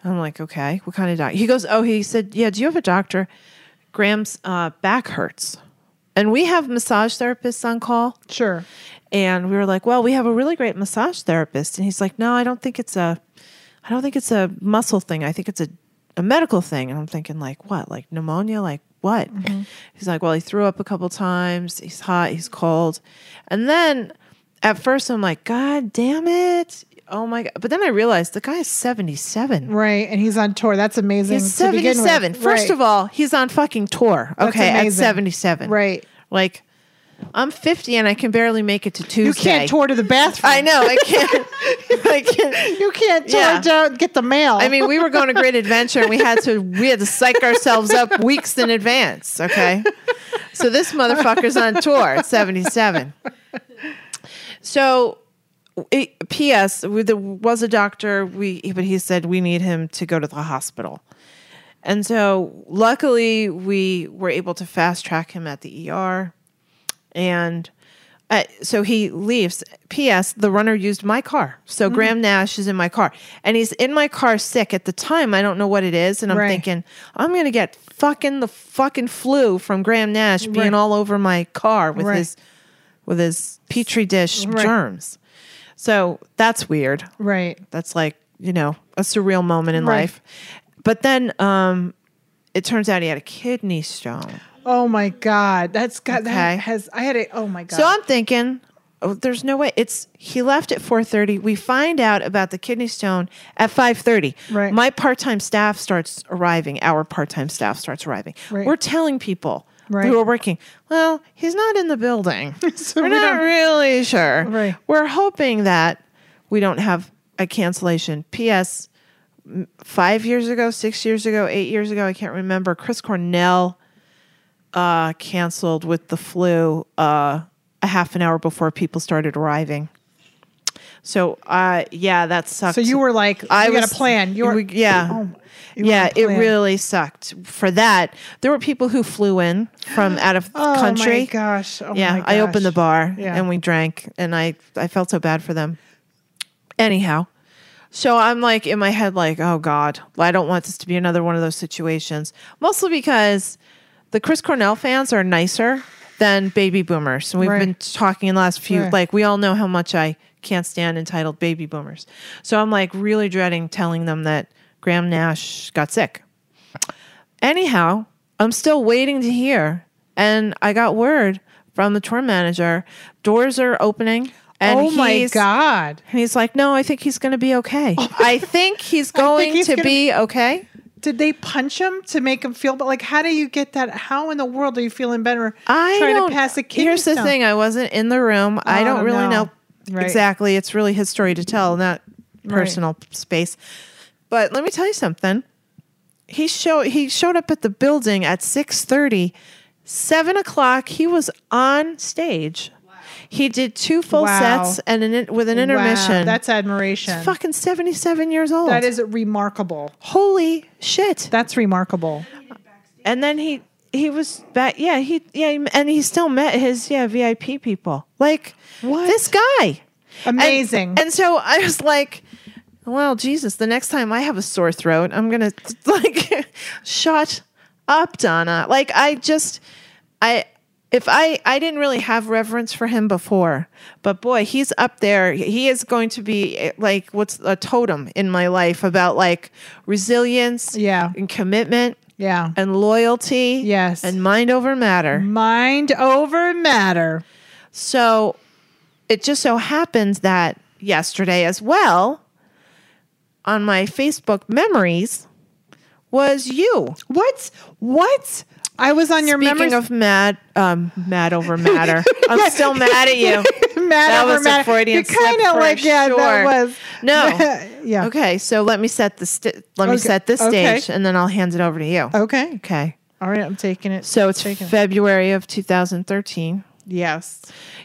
I'm like, "Okay, what kind of doctor?" He goes, "Oh, he said, yeah. Do you have a doctor?" Graham's uh, back hurts, and we have massage therapists on call. Sure. And we were like, well, we have a really great massage therapist. And he's like, no, I don't think it's a, I don't think it's a muscle thing. I think it's a, a medical thing. And I'm thinking like, what, like pneumonia, like what? He's like, well, he threw up a couple times. He's hot. He's cold. And then at first I'm like, God damn it. oh my god! But then I realized the guy is seventy-seven. Right. And he's on tour. That's amazing. He's to begin with. 77. First Right. of all, he's on fucking tour. That's Okay, at amazing. 77. Right. Like, I'm 50 and I can barely make it to Tuesday. you can't tour to the bathroom. I know. I can't. I can't. You can't tour Yeah. down get the mail. I mean, we were going to Great Adventure and we had to we had to psych ourselves up weeks in advance. Okay, so this motherfucker's on tour at seventy seven. So, it, P.S. we- There was a doctor. We but he said we need him to go to the hospital, and so luckily we were able to fast track him at the ER, and. Uh, so he leaves. P.S. The runner used my car. Mm-hmm. So Graham Nash is in my car. And he's in my car sick. At the time, I don't know what it is. And I'm Right. thinking, I'm going to get fucking the fucking flu from Graham Nash being Right. all over my car with Right. his with his petri dish Right. germs. So that's weird. right. That's like, you know, a surreal moment in Right. life. But then um it turns out he had a kidney stone. Oh my God. That's got Okay. that has I had a oh my God. So I'm thinking, oh, there's no way. It's he left at 4:30. We find out about the kidney stone at 5:30. Right. My part-time staff starts arriving. Our part-time staff starts arriving. Right. We're telling people Right. who are working. Well, he's not in the building. So We're we not don't- really sure. Right. We're hoping that we don't have a cancellation. P.S. m- Five years ago, six years ago, eight years ago, I can't remember. Chris Cornell uh, canceled with the flu uh, a half an hour before people started arriving. So, uh, yeah, that sucked. so you were like I I you was, had a plan. You were we- yeah, Oh, my- you were yeah. on It plan. really sucked for that. There were people who flew in from out of the Oh country. my gosh. Oh yeah, my I opened the gosh. bar Yeah. and we drank, and I I felt so bad for them. Anyhow, so I'm like in my head, like, oh God, I don't want this to be another one of those situations. Mostly because the Chris Cornell fans are nicer than baby boomers, and we've Right. been talking in the last few. Right. Like, we all know how much I can't stand entitled baby boomers. So I'm like really dreading telling them that Graham Nash got sick. Anyhow, I'm still waiting to hear. And I got word from the tour manager doors are opening. And oh my he's- God. And he's like, no, I think he's going to be okay. Oh I think he's going he's to gonna- be okay. Did they punch him to make him feel but like how do you get that? How in the world are you feeling better I trying don't, to pass a kidney Here's the stone? thing I wasn't in the room. I Oh, don't really no. know Right. exactly. It's really his story to tell, not personal space. But let me tell you something. He show he showed up at the building at 6:30. 7 o'clock, he was on stage. He did two full Wow. sets and an, in- with an intermission. Wow, that's admiration. He's fucking 77 years old. That is remarkable. holy shit. That's remarkable. And then he he was back. Yeah, he yeah, and he still met his yeah VIP people. Like What? this guy, And- Amazing. And, so I was like, well, Jesus. The next time I have a sore throat, I'm gonna like shut up, Donna. Like I just I. If I I didn't really have reverence for him before, but boy, he's up there. He is going to be eh, like what's a totem in my life about like resilience, Yeah. and commitment yeah. and loyalty. Yes. Mm-hmm. And mind over matter. Mind over matter. So it just so happens that yesterday as well on my Facebook memories was you. What? What? I was on your Speaking memories. of mad um mad over matter. I'm still mad at you. mad That over was matter. a Freudian You're slip kinda for like, yeah, sure. that was. No. yeah. Okay, so let me set the st- let me Okay. set this Okay. stage and then I'll hand it over to you. Okay. Okay. All right. I'm taking it. So it's taking it. February of 2013. yes.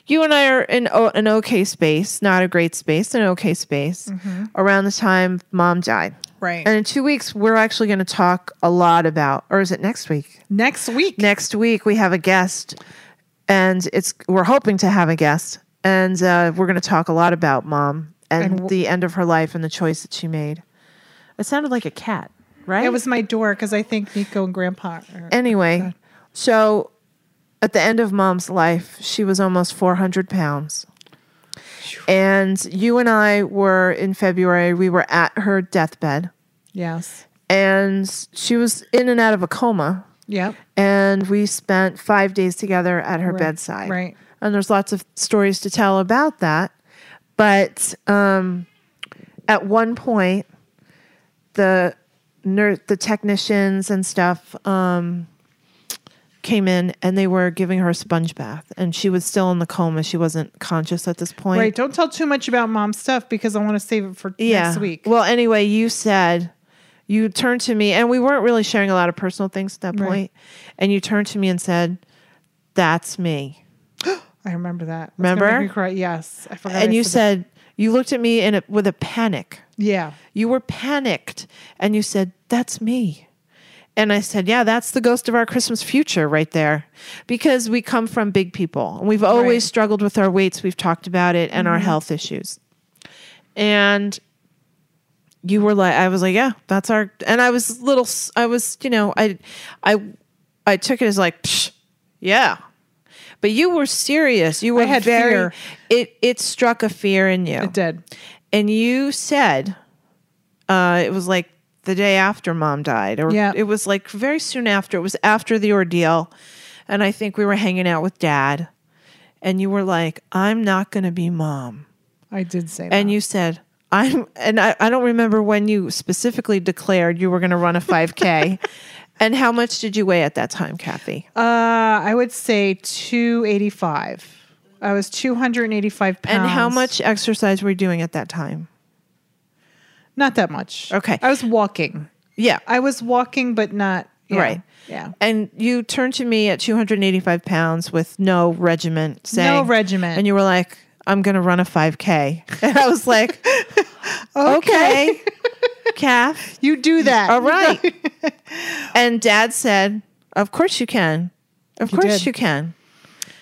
you and I are in o- an okay space, not a great space, an okay space around the time mom died. Mm-hmm. Right. And in two weeks, we're actually going to talk a lot about, or is it next week? Next week. Next week, we have a guest, and it's we're hoping to have a guest, and uh, we're going to talk a lot about mom and, And w- the end of her life and the choice that she made. It sounded like a cat, right? it was my door because I think Nico and Grandpa. Are, anyway. So, at the end of mom's life, she was almost 400 pounds. And you and I were in February, we were at her deathbed, yes. and she was in and out of a coma. Yep. And we spent five days together at her bedside. right. And there's lots of stories to tell about that. But um, at one point, the ner- the technicians and stuff um, came in and they were giving her a sponge bath, and she was still in the coma. She wasn't conscious at this point. Right. Don't tell too much about mom's stuff because I want to save it for yeah. next week. Well, anyway, you said you turned to me, and we weren't really sharing a lot of personal things at that Right. point, And you turned to me and said, "That's me." I remember that. It's gonna make Remember? me cry. Yes, I forgot. and I you that. said you looked at me in a, with a panic. yeah, You were panicked, and you said, "That's me." And I said, "Yeah, that's the ghost of our Christmas future right there, because we come from big people, and we've always Right. Mm-hmm. struggled with our weights. We've talked about it, and our health issues." And you were like i was like yeah that's our and i was little s- i was you know i i i took it as like Psh, yeah but you were serious you were had very fear. it it struck a fear in you it did. and you said uh it was like the day after mom died or Yeah. it was like very soon after it was after the ordeal and i think we were hanging out with dad and you were like i'm not going to be mom I did say that. and you said i'm and i, I don't remember when you specifically declared you were going to run a 5k and how much did you weigh at that time kathy uh, I would say two eighty five. I was two hundred and eighty five pounds. and how much exercise were you doing at that time Not that much. Okay. I was walking. yeah I was walking, but not yeah, Right. Yeah. and you turned to me at 285 pounds with no regiment saying No regiment. and you were like i'm going to run a 5k and i was like okay, Kath, You do that. all right and dad said of course you can of You course did. you can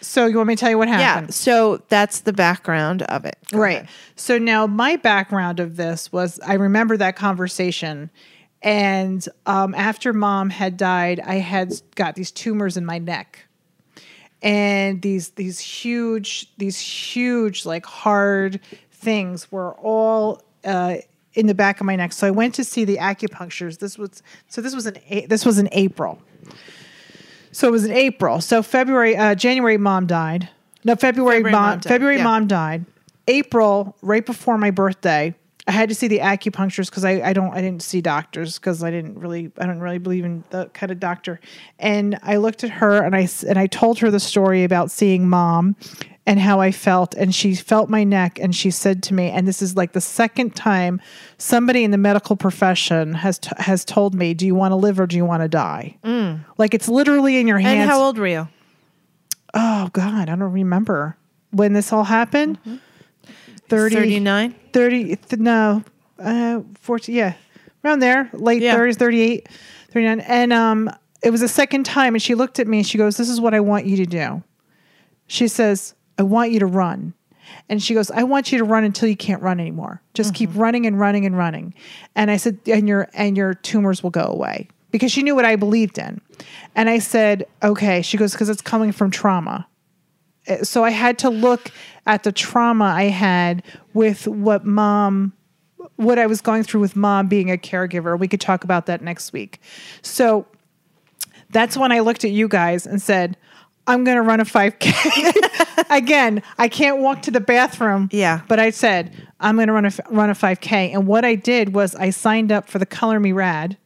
So you want me to tell you what yeah happened? so that's the background of it Go Right. ahead. So now my background of this was I remember that conversation. And um, after mom had died, I had got these tumors in my neck and these these huge these huge like hard things were all uh, in the back of my neck. So I went to see the acupuncturist. This was so this was an this was in April. So it was in April. So February, uh, January, mom died. No, February, February mom, mom died, February, yeah. mom died. April, right before my birthday, I had to see the acupuncturist because I, I don't I didn't see doctors because I didn't really I don't really believe in that kind of doctor. And I looked at her and I s- and I told her the story about seeing mom and how I felt and she felt my neck and she said to me and this is like the second time somebody in the medical profession has t- has told me do you want to live or do you want to die? Like it's literally in your hands. Mm. and how old were you Oh God, I don't remember when this all happened. Thirty, 39 30 th- no, uh, 40, yeah, around there, late Yeah. 30s, 38, 39. And um, it was the second time, and she looked at me and she goes, This is what I want you to do. She says, I want you to run. And she goes, I want you to run until you can't run anymore. Just keep running and running and running. And I said, and your and your tumors will go away. Because she knew what I believed in. And I said, okay. She goes, because it's coming from trauma so I had to look at the trauma I had with what mom what I was going through with mom being a caregiver. We could talk about that next week. So that's when I looked at you guys and said, I'm going to run a 5K. Again, I can't walk to the bathroom. Yeah. But I said, I'm going to run a, f- run a 5K. And what I did was I signed up for the Color Me Rad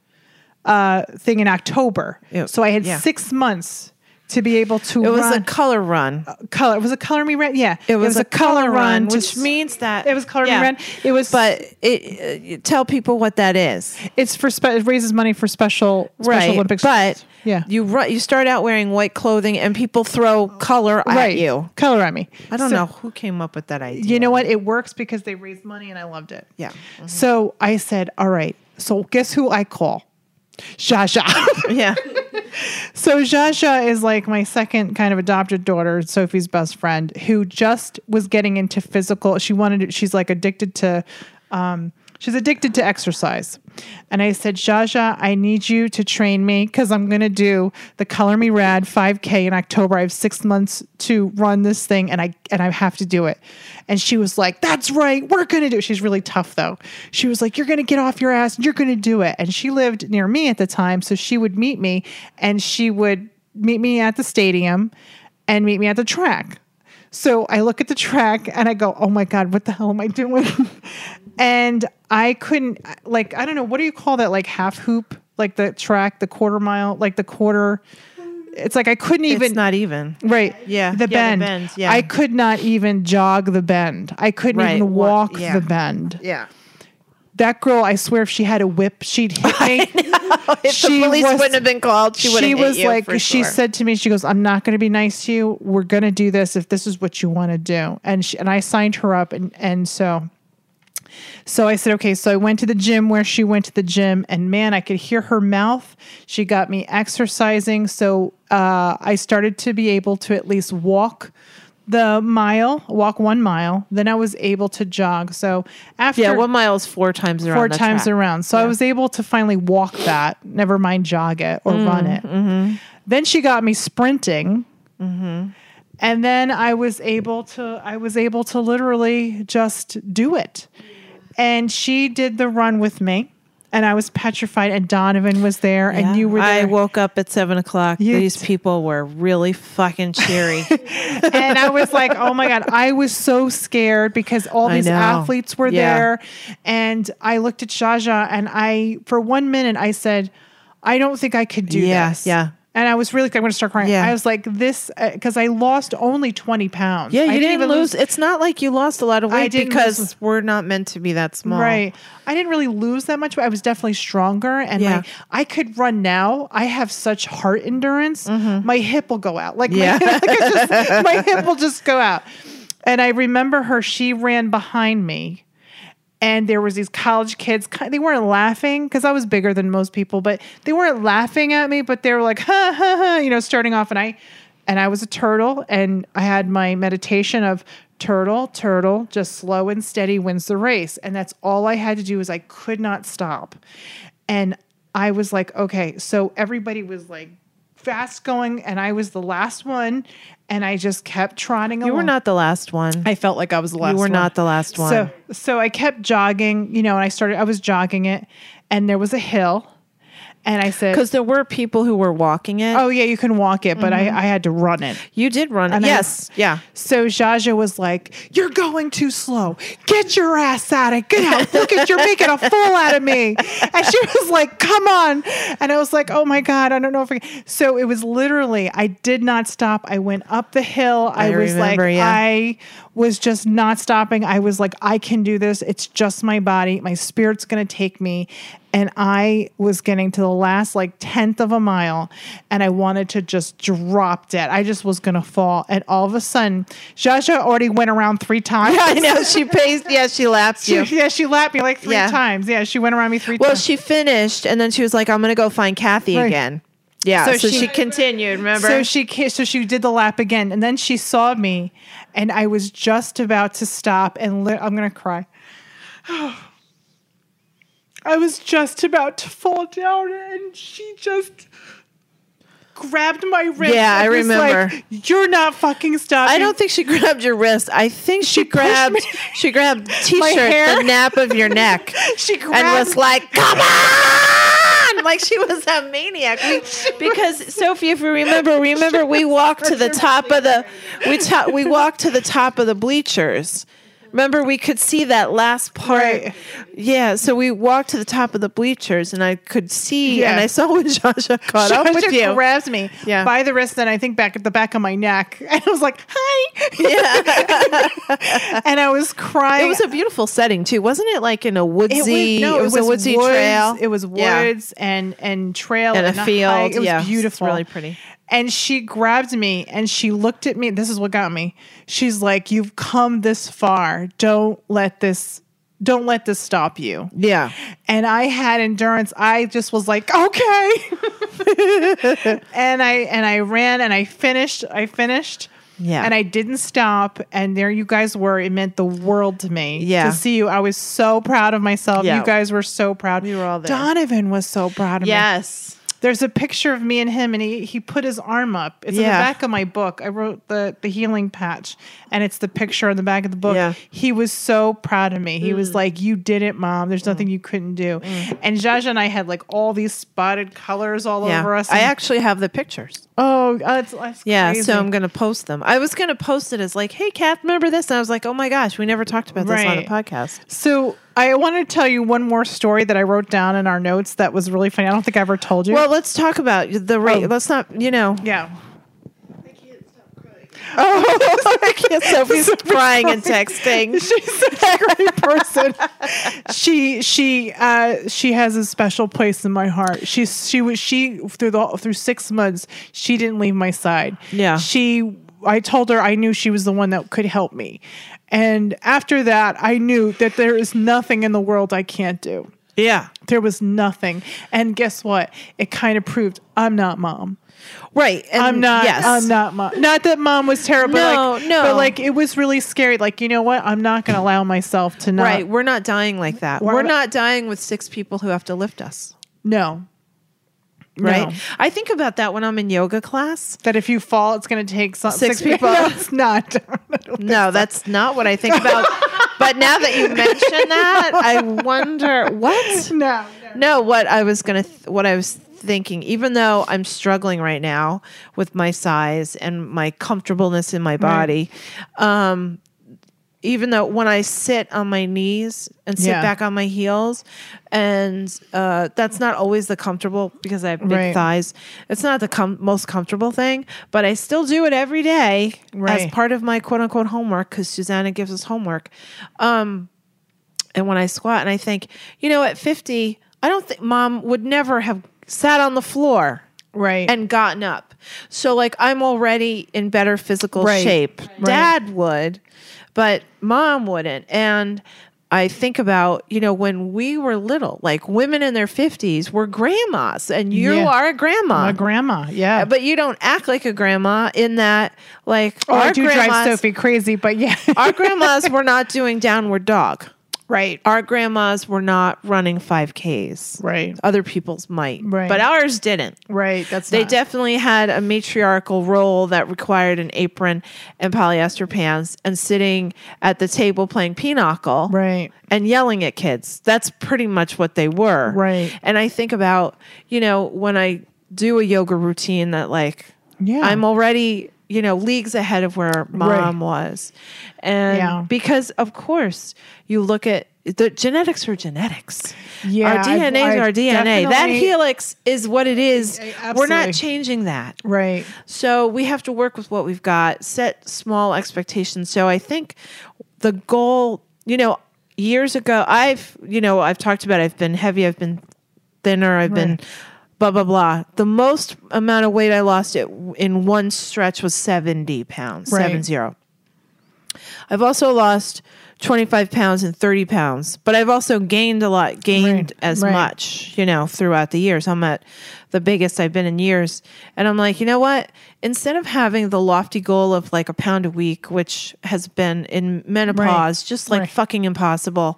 uh, thing in October. Ew. So I had Yeah. six months to be able to it was run a color run color. It was a color me red. Yeah, It was, a, color, run, to which s- means that it was color yeah. me red. It was, But it, uh, you tell people what that is, it's for spe- it raises money for special Special Olympics. But yeah, you ru- you start out wearing white clothing, and people throw color right. at you. color on me. I don't So- know who came up with that idea. You know what? It works because they raise money, and I loved it. Yeah. So I said, all right. So guess who I call? Zsa Zsa. Yeah, So Jaja is like my second kind of adopted daughter, Sophie's best friend, who just was getting into physical. She wanted. to- She's like addicted to. Um, she's addicted to exercise, and I said, Jaja, I need you to train me because I'm gonna do the Color Me Rad 5K in October. I have six months to run this thing, and I and I have to do it. And she was like, "That's right, we're gonna do." it. She's really tough though. She was like, "You're gonna get off your ass. and You're gonna do it." And she lived near me at the time, so she would meet me, and she would meet me at the stadium, and meet me at the track. So I look at the track and I go, "Oh my god, what the hell am I doing?" and I couldn't like I don't know what do you call that like half hoop like the track the quarter mile like the quarter. It's like I couldn't even it's not even. right Yeah. the Yeah, the bend bend, yeah. I could not even jog the bend I couldn't Right, even wa- walk yeah. the bend Yeah. that girl I swear if she had a whip she'd hit me. If She the police was- wouldn't have been called, she would have she hit was you like for she sure. said to me she goes i'm not going to be nice to you we're going to do this if this is what you want to do and she, and i signed her up and and so so i said okay so i went to the gym where she went to the gym and man i could hear her mouth she got me exercising so uh, i started to be able to at least walk the mile walk one mile then i was able to jog so after Yeah, one mile is four times around. four the times track. around. So I was able to finally walk that, never mind jog it or Mm-hmm, run it. Then she got me sprinting. Mm-hmm. And then I was able to I was able to literally just do it. And she did the run with me. And I was petrified, and Donovan was there, and you were there. I woke up at seven o'clock. You- These people were really fucking cheery. and I was like, "Oh my god!" I was so scared because all I these know. athletes were Yeah. there, and I looked at Shaja, and I, for one minute, I said, "I don't think I could do Yeah, this." yeah. And I was really, I'm going to start crying. Yeah. I was like, "This," because I lost only 20 pounds. yeah, I you didn't, even lose. It's not like you lost a lot of I weight didn't because lose- we're not meant to be that small. Right. I didn't really lose that much, but I was definitely stronger. And Yeah. like I could run now. I have such heart endurance. My hip will go out. Like, Mm-hmm. Yeah. my, like it's just, my hip will just go out. And I remember her, she ran behind me. And there was these college kids. ki- They weren't laughing because I was bigger than most people, but they weren't laughing at me. But they were like, "Ha ha ha!" You know, starting off, and I, and I was a turtle, and I had my meditation of turtle, turtle, just slow and steady wins the race. And that's all I had to do is I could not stop. And I was like, okay, so everybody was like fast going and I was the last one and I just kept trotting along. You were not the last one. I felt like I was the last were one. not the last one. So so I kept jogging, you know, and I started I was jogging it and there was a hill and I said Because there were people who were walking it. Oh yeah, you can walk it, but I, I had to run it. you did run. And I- Mm-hmm. yes. yeah. So Jaja was like, You're going too slow. Get your ass out of get out. Look at you're making a fool out of me. And she was like, Come on. And I was like, Oh my God, I don't know if I can. So it was literally, I did not stop. I went up the hill. I, I was remember, like, yeah. I was just not stopping. I was like, I can do this. It's just my body. My spirit's gonna take me. And I was getting to the last like tenth of a mile and I wanted to just drop dead. I just was gonna fall. And all of a sudden, Jaja already went around three times. I know. She paced. Yeah, she lapped She- you. yeah, she lapped me like three Yeah. times. Yeah, she went around me three Well, times. she finished, and then she was like, "I'm gonna go find Kathy Right. again." Yeah. So So, she, she- continued. Remember? So she ca- so she did the lap again, and then she saw me, and I was just about to stop, and li- I'm gonna cry. I was just about to fall down, and she just grabbed my wrist. Yeah, and I was like, remember. You're not fucking stopping. I don't think she grabbed your wrist. I think she, pushed grabbed me- she grabbed t-shirt hair. the nap of your neck she grabbed. and was like, "Come on!" Like she was a maniac. We, because Sophie, if you remember, remember we walked to the top of the we to, we walked to the top of the bleachers. Remember, we could see that last part. Right. Yeah, so we walked to the top of the bleachers, and I could see, Yeah. and I saw when Jaja caught She up with you. grabs me Yeah. by the wrist, and I think back at the back of my neck, and I was like, "Hi!" yeah, and I was crying. it was a beautiful setting too, wasn't it? Like in a woodsy, it was, a woodsy woods, trail. It was Yeah. woods and and trail And a hike. field. It was Yeah, it's beautiful, really pretty. And she grabbed me and she looked at me. This is what got me. She's like, "You've come this far. Don't let this." Don't let this stop you. Yeah. And I had endurance. I just was like, okay. and I and I ran and I finished. I finished. Yeah. And I didn't stop. And there you guys were. It meant the world to me. Yeah. To see you. I was so proud of myself. Yeah. You guys were so proud. We were all there. Donovan was so proud of me. Yes. There's a picture of me and him, and he, he put his arm up. It's in the Yeah. back of my book. I wrote the, the healing patch, and it's the picture on the back of the book. Yeah. Mm. He was so proud of me. He was like, You did it, mom. There's nothing you couldn't do. And Jaja and I had like all these spotted colors all Yeah. over us. I and- actually have the pictures. Oh, uh, it's, it's Yeah, crazy. so I'm gonna post them. I was gonna post it as like, "Hey, Kath, remember this?" And I was like, "Oh my gosh, we never talked about this on the Right. podcast." So I want to tell you one more story that I wrote down in our notes that was really funny. I don't think I ever told you. Well, let's talk about the rate. Oh. Let's not, you know. yeah. I can't Sophie's crying and texting. She's such a great person. she she uh, she has a special place in my heart. She she was she through the through six months she didn't leave my side. Yeah. she. I told her I knew she was the one that could help me, and after that, I knew that there is nothing in the world I can't do. Yeah. There was nothing, and guess what? It kind of proved I'm not mom. Right. And I'm not. Yes. I'm not mom. Not that mom was terrible. No, like, no. But like, it was really scary. Like, you know what? I'm not going to allow myself to not. Right. We're not dying like that. We're We're not- not dying with six people who have to lift us. No. Right. No. I think about that when I'm in yoga class. That if you fall, it's going to take some, Six six, people. people. No, it's not. No, that's not what I think about. but now that you mention that, I wonder what. no. No, what I was gonna, th- what I was thinking, even though I'm struggling right now with my size and my comfortableness in my body, um, even though when I sit on my knees and sit Yeah. back on my heels, and uh, that's not always the comfortable because I have big Right. thighs. It's not the com- most comfortable thing, but I still do it every day as Right. part of my quote unquote homework because Susanna gives us homework. Um, and when I squat and I think, you know, at 50, I don't think mom would never have sat on the floor Right. and gotten up. So, like, I'm already in better physical Right. shape. Dad would, but mom wouldn't. And I think about, you know, when we were little, like women in their 50s were grandmas, and you Yeah. are a grandma. my grandma. Yeah. but you don't act like a grandma in that, like, oh, I our, do drive grandmas, Sophie crazy, but yeah. our grandmas were not doing downward dog right. our grandmas were not running 5Ks. Right. Other people's might, Right. but ours didn't. Right. That's uh, They not- definitely had a matriarchal role that required an apron and polyester pants and sitting at the table playing pinochle Right. and yelling at kids. That's pretty much what they were. Right. And I think about, you know, when I do a yoga routine that like Yeah. I'm already, you know, leagues ahead of where mom was. And Yeah. because of course you look at the genetics are genetics. Yeah, Our I've- DNA is I've our DNA. That definitely- helix is what it is. I- We're absolutely. not changing that. Right. So we have to work with what we've got, set small expectations. So I think the goal, you know, years ago, I've, you know, I've talked about I've been heavy, I've been thinner, I've been blah, blah, blah. The most amount of weight I lost it in one stretch was 70 pounds, Right. seven zero. I've also lost 25 pounds and 30 pounds, but I've also gained a lot, gained Right, as right. much, you know, throughout the years. I'm at the biggest I've been in years. And I'm like, you know what? Instead of having the lofty goal of like a pound a week, which has been in menopause just like right. fucking impossible,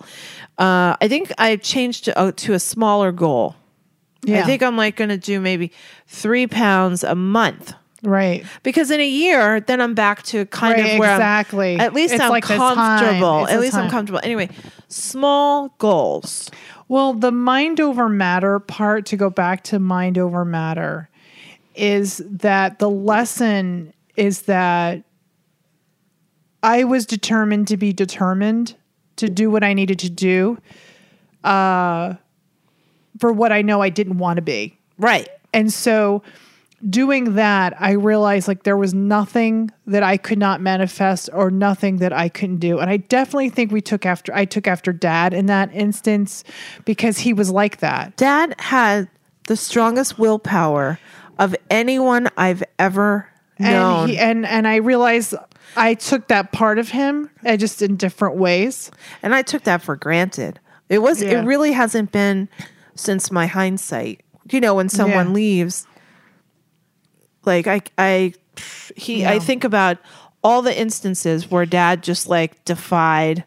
uh, I think I changed to, uh, to a smaller goal. Yeah. I think I'm like going to do maybe three pounds a month right. because in a year then i'm back to kind Right, of where I'm- exactly. at least It's i'm like the time. comfortable It's at the least i'm time. comfortable anyway small goals Well, the mind over matter part, to go back to mind over matter, is that the lesson is that I was determined to be determined to do what I needed to do uh, for what I know I didn't want to be. right And so doing that, I realized like there was nothing that I could not manifest or nothing that I couldn't do. And I definitely think we took after I took after dad in that instance because he was like that. dad had the strongest willpower of anyone i've ever known And he and and I realized I took that part of him uh, just in different ways. and i took that for granted it was Yeah. it really hasn't been since my hindsight you know when someone Yeah. leaves like i i he i Yeah. think about all the instances where dad just like defied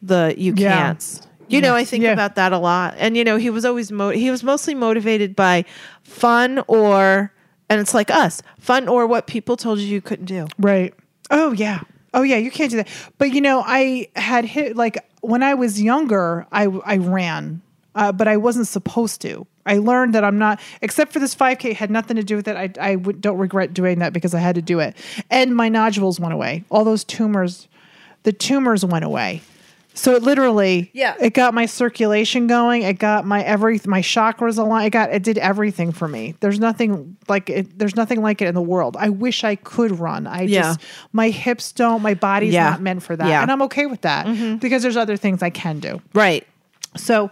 the you Yeah. can't you know i think Yeah. about that a lot and you know he was always mo- he was mostly motivated by fun or and it's like us fun or what people told you you couldn't do Right. Oh yeah. Oh yeah. You can't do that. But you know, I had hit like when I was younger, I I ran, uh, but I wasn't supposed to. I learned that I'm not, except for this 5K, it had nothing to do with it. I I would, don't regret doing that because I had to do it, and my nodules went away. All those tumors, the tumors went away. So it literally, Yeah. it got my circulation going. It got my every my chakras aligned. It got it did everything for me. There's nothing like it. There's nothing like it in the world. I wish I could run. I Yeah. just my hips don't. My body's Yeah. not meant for that, Yeah. and I'm okay with that because there's other things I can do. Right. So,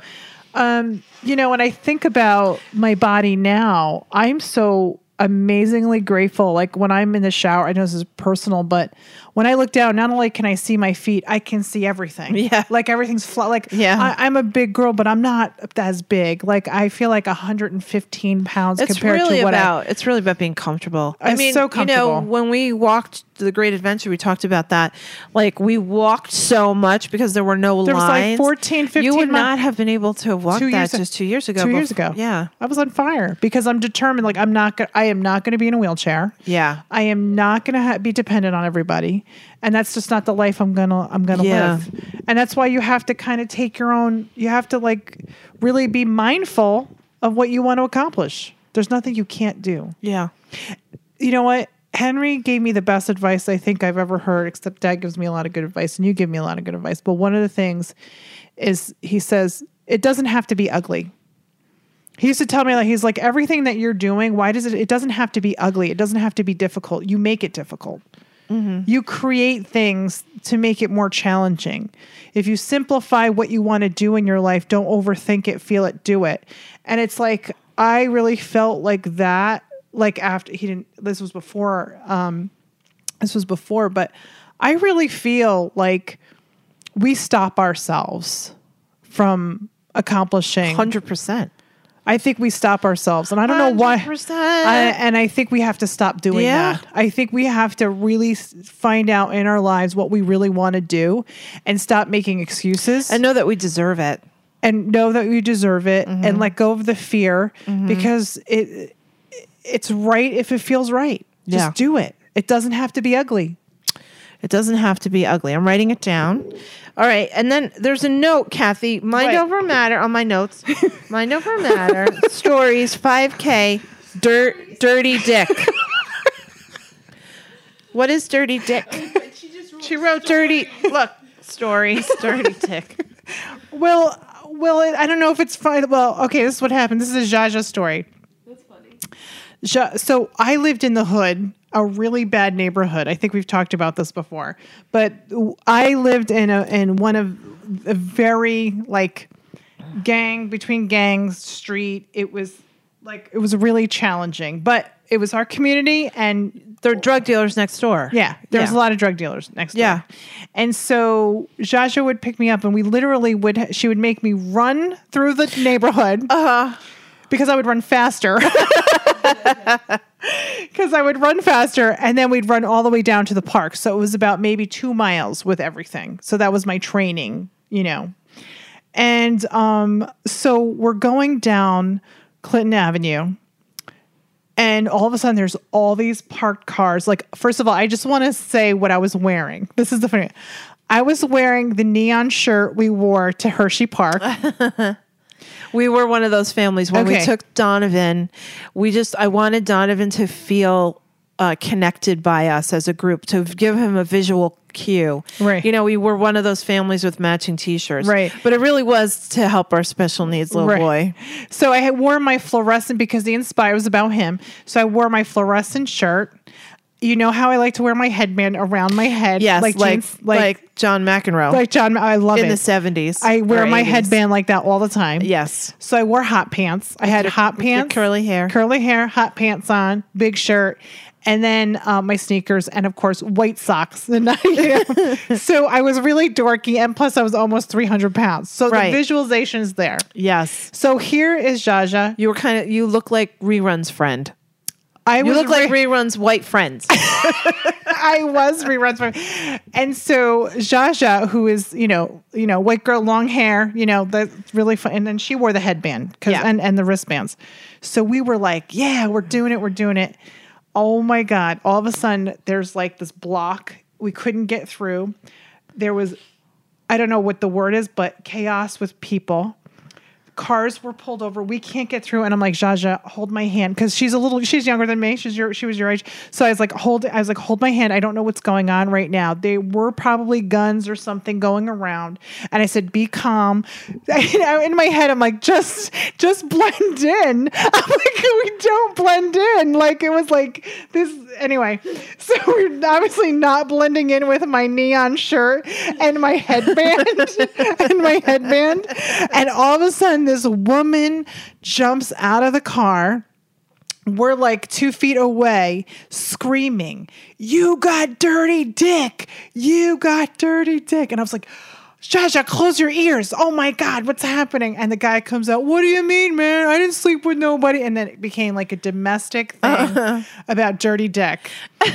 um, you know, when I think about my body now, I'm so amazingly grateful. Like when I'm in the shower, I know this is personal, but when I look down, not only can I see my feet, I can see everything. Yeah. Like everything's flat. Like Yeah. I, I'm a big girl, but I'm not as big. Like I feel like 115 pounds It's compared really to what I, about it's really about being comfortable. I It's mean, so you comfortable. know, when we walked the Great Adventure, we talked about that. Like we walked so much because there were no There was, like, lines. 14, 15 You would mi- not have been able to have walked two that years just two years ago. Two years bef- ago, Yeah. I was on fire because I'm determined. Like I'm not, go- I am not going to be in a wheelchair. Yeah. I am not going to ha- be dependent on everybody, and that's just not the life I'm gonna I'm gonna Yeah. live. And that's why you have to kind of take your own. You have to like really be mindful of what you want to accomplish. There's nothing you can't do. Yeah. You know what? Henry gave me the best advice I think I've ever heard. Except Dad gives me a lot of good advice, and you give me a lot of good advice. But one of the things is he says it doesn't have to be ugly. He used to tell me like he's like everything that you're doing. Why does it? It doesn't have to be ugly. It doesn't have to be difficult. You make it difficult. Mm-hmm. You create things to make it more challenging. If you simplify what you want to do in your life, don't overthink it. Feel it. Do it. And it's like I really felt like that. Like after he didn't. This was before. Um, this was before, but I really feel like we stop ourselves from accomplishing Hundred percent. I think we stop ourselves, and I don't know why. 100%. I- and I think we have to stop doing Yeah. that. I think we have to really s- find out in our lives what we really want to do, and stop making excuses, And know that we deserve it. and know that you deserve it, and Mm-hmm. let go of the fear because it it's right if it feels right. Just Yeah. do it. It doesn't have to be ugly. It doesn't have to be ugly. I'm writing it down. All right. And then there's a note, Kathy. Mind Right. over matter on my notes. Mind over matter. stories 5K. Dirt dirty dick. what is dirty dick? She wrote dirty look, stories, dirty dick. Well, well, it, I don't know if it's fine. Well, okay, this is what happened. This is a Jaja story. That's funny. so I lived in the hood, a really bad neighborhood. I think we've talked about this before, but I lived in a in one of a very like gang between gangs street. It was like it was really challenging, but it was our community and They're drug dealers next door. yeah, there was a Yeah. lot of drug dealers next door. Yeah. And so Jaja would pick me up and we literally would she would make me run through the neighborhood. Uh-huh. Because I would run faster. Cuz I would run faster and then we'd run all the way down to the park. So it was about maybe 2 miles with everything. So that was my training, you know. And um so we're going down Clinton Avenue and all of a sudden, there's all these parked cars. Like, first of all, I just want to say what I was wearing. This is the funny. I was wearing the neon shirt we wore to Hershey Park. Oh, We were one of those families when we Okay. took Donovan. We just I wanted Donovan to feel uh, connected by us as a group to give him a visual cue. Right. You know, we were one of those families with matching T-shirts. Right. But it really was to help our special needs little boy. So I had wore my fluorescent because the Inspire was about him. So I wore my fluorescent shirt. You know how I like to wear my headband around my head. Yes, like like like, jeans, like, John McEnroe like John. I love in it. the seventies. I wear my headband like that all the time. Yes. So I wore hot pants. I had hot your pants, curly hair. curly hair, hot pants on, big shirt, and then uh, my sneakers, and of course white socks. And I, so I was really dorky, and plus I was almost three hundred pounds. So Right. the visualization's there. Yes. So here is Jaja. You were kind of you look like reruns friend. I You was look like re- reruns white friends. I was reruns from, and so Jaja, who is you know you know white girl, long hair, you know that's really fun, and then she wore the headband 'cause- Yeah. and and the wristbands. So we were like, yeah, we're doing it, we're doing it. Oh my god! All of a sudden, there's like this block we couldn't get through. There was, I don't know what the word is, but chaos with people. cars were pulled over. We can't get through. And I'm like, Jaja, hold my hand. Cause she's a little, she's younger than me. She's your, she was your age. So I was like, hold, I was like, hold my hand. I don't know what's going on right now. They were probably guns or something going around. And I said, be calm. in my head, I'm like, just, just blend in. I'm like, we don't blend in. Like it was like this. Anyway, so we're obviously not blending in with my neon shirt and my headband and my headband. And all of a sudden, this woman jumps out of the car. We're like two feet away, screaming, You got dirty dick! You got dirty dick! And I was like, Jaja, close your ears. Oh my God, what's happening? And the guy comes out, What do you mean, man? I didn't sleep with nobody. And then it became like a domestic thing about dirty dick.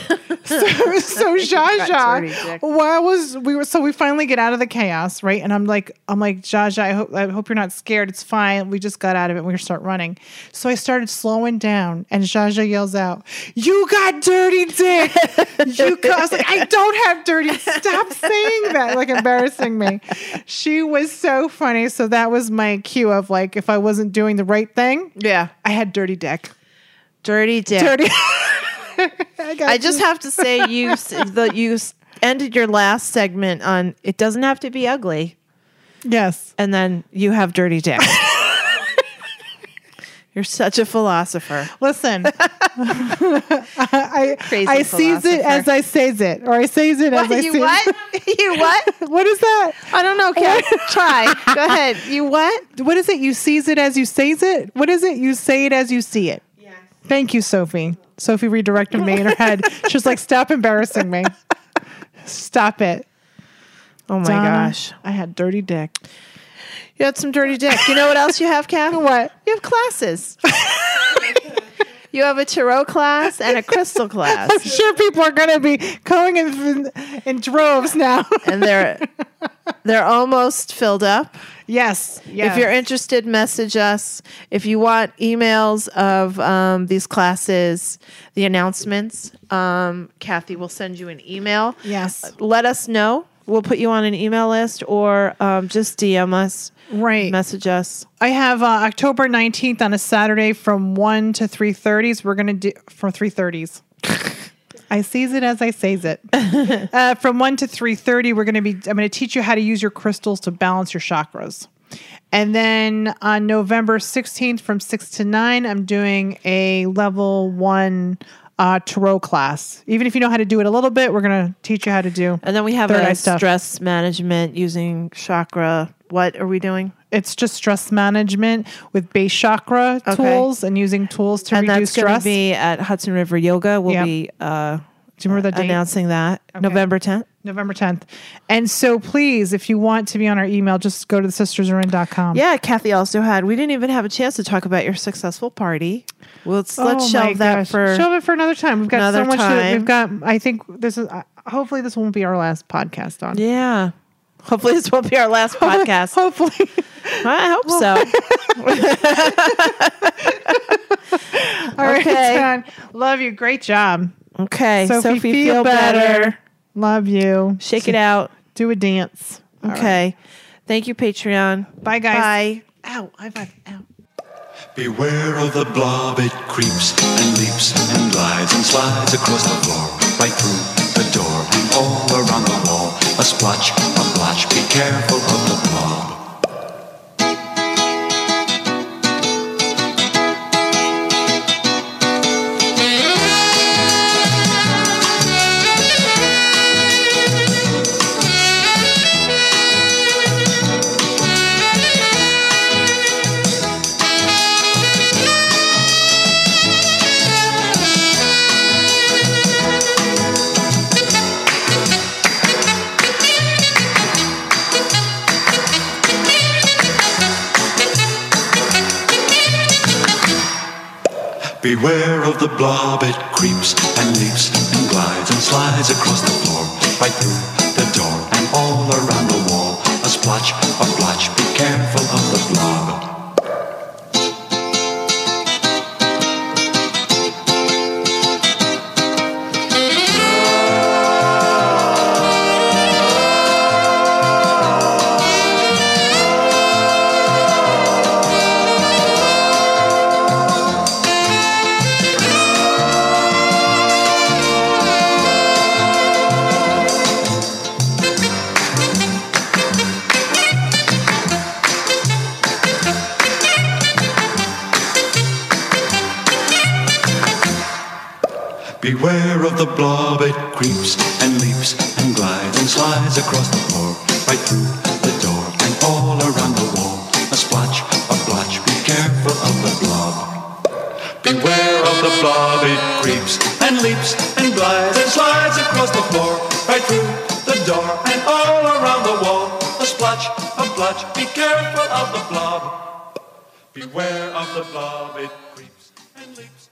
so, so dirty Jaja, dick. well, I was we were so we finally get out of the chaos, right? And I'm like, I'm like, Jaja, I hope I hope you're not scared. It's fine. We just got out of it. We're gonna start running. So I started slowing down, and Jaja yells out, "You got dirty dick! You got." I was like, I don't have dirty. Stop saying that, like embarrassing me. She was so funny. So that was my cue of like, if I wasn't doing the right thing, Yeah. I had dirty dick. Dirty dick. Dirty. got I just have to say, you s- the, you s- ended your last segment on it doesn't have to be ugly, yes. and then you have dirty dick. You're such a philosopher. Listen, I, Crazy I sees it as philosopher. I says it, or I says it as I you says what? You what? it. What is that? I don't know, Kat. Try. Go ahead. You what? What is it? You sees it as you says it. What is it? You say it as you see it. Yes. Thank you, Sophie. Sophie redirected me in her head. She was like, "Stop embarrassing me. Stop it." Oh my Donna, gosh. I had dirty dick. You had some dirty dick. You know what else you have, Kat? What? You have classes. you have a tarot class and a crystal class. I'm sure people are gonna be going in in droves now. And they're they're almost filled up. yes. Yes. If you're interested, message us. If you want emails of um, these classes, the announcements, um, Kathy will send you an email. Uh, Yes. Let us know. We'll put you on an email list or um, just DM us, right. message us. I have uh, October 19th on a Saturday from 1 to 3.30s. We're going to do, from 3.30s. I sees it as I says it. uh, from 1 to 3.30, we're going to be, I'm going to teach you how to use your crystals to balance your chakras. And then on November 16th from 6 to 9, I'm doing a level 1 uh, tarot class. Even if you know how to do it a little bit, we're going to teach you how to do. And then we have Third eye a stuff. stress management using chakra. What are we doing? It's just stress management with base chakra Okay. tools and using tools to and reduce that's going stress. to be at Hudson River Yoga. We'll Yeah. be uh, Do you remember the date? announcing that November 10th. November 10th. And so please, if you want to be on our email, just go to thesistersarin.com. Yeah, Kathy also had. We didn't even have a chance to talk about your successful party. Well, let's Oh let's my shelve that gosh. for. shelve it for another time. We've got another so much. To, time. we've got. I think this is. Uh, hopefully, this won't be our last podcast on. yeah. Hopefully, this won't be our last podcast. Hopefully, I hope so. all right. Okay. John. Love you. Great job, Okay, Sophie. Sophie, feel, better. Love you. Shake it out. Do a dance. Okay. Thank you, Patreon. Bye, guys. Bye. Ow. High five. Ow. Beware of the blob, it creeps and leaps and glides and slides across the floor, right through the door and all around the wall. A splotch, a blotch, be careful of the blob. Beware of the blob, it creeps and leaps and glides and slides across the floor, right through the door and all around the wall. A splotch, a blotch, be careful of the blob. Thank Beware of the blob, it creeps and leaps and glides and slides across the floor, right through the door and all around the wall. A splotch, a blotch, be careful of the blob. Beware of the blob, it creeps and leaps and glides and slides across the floor, right through the door and all around the wall. A splotch, a blotch, be careful of the blob. Beware of the blob, it creeps and leaps.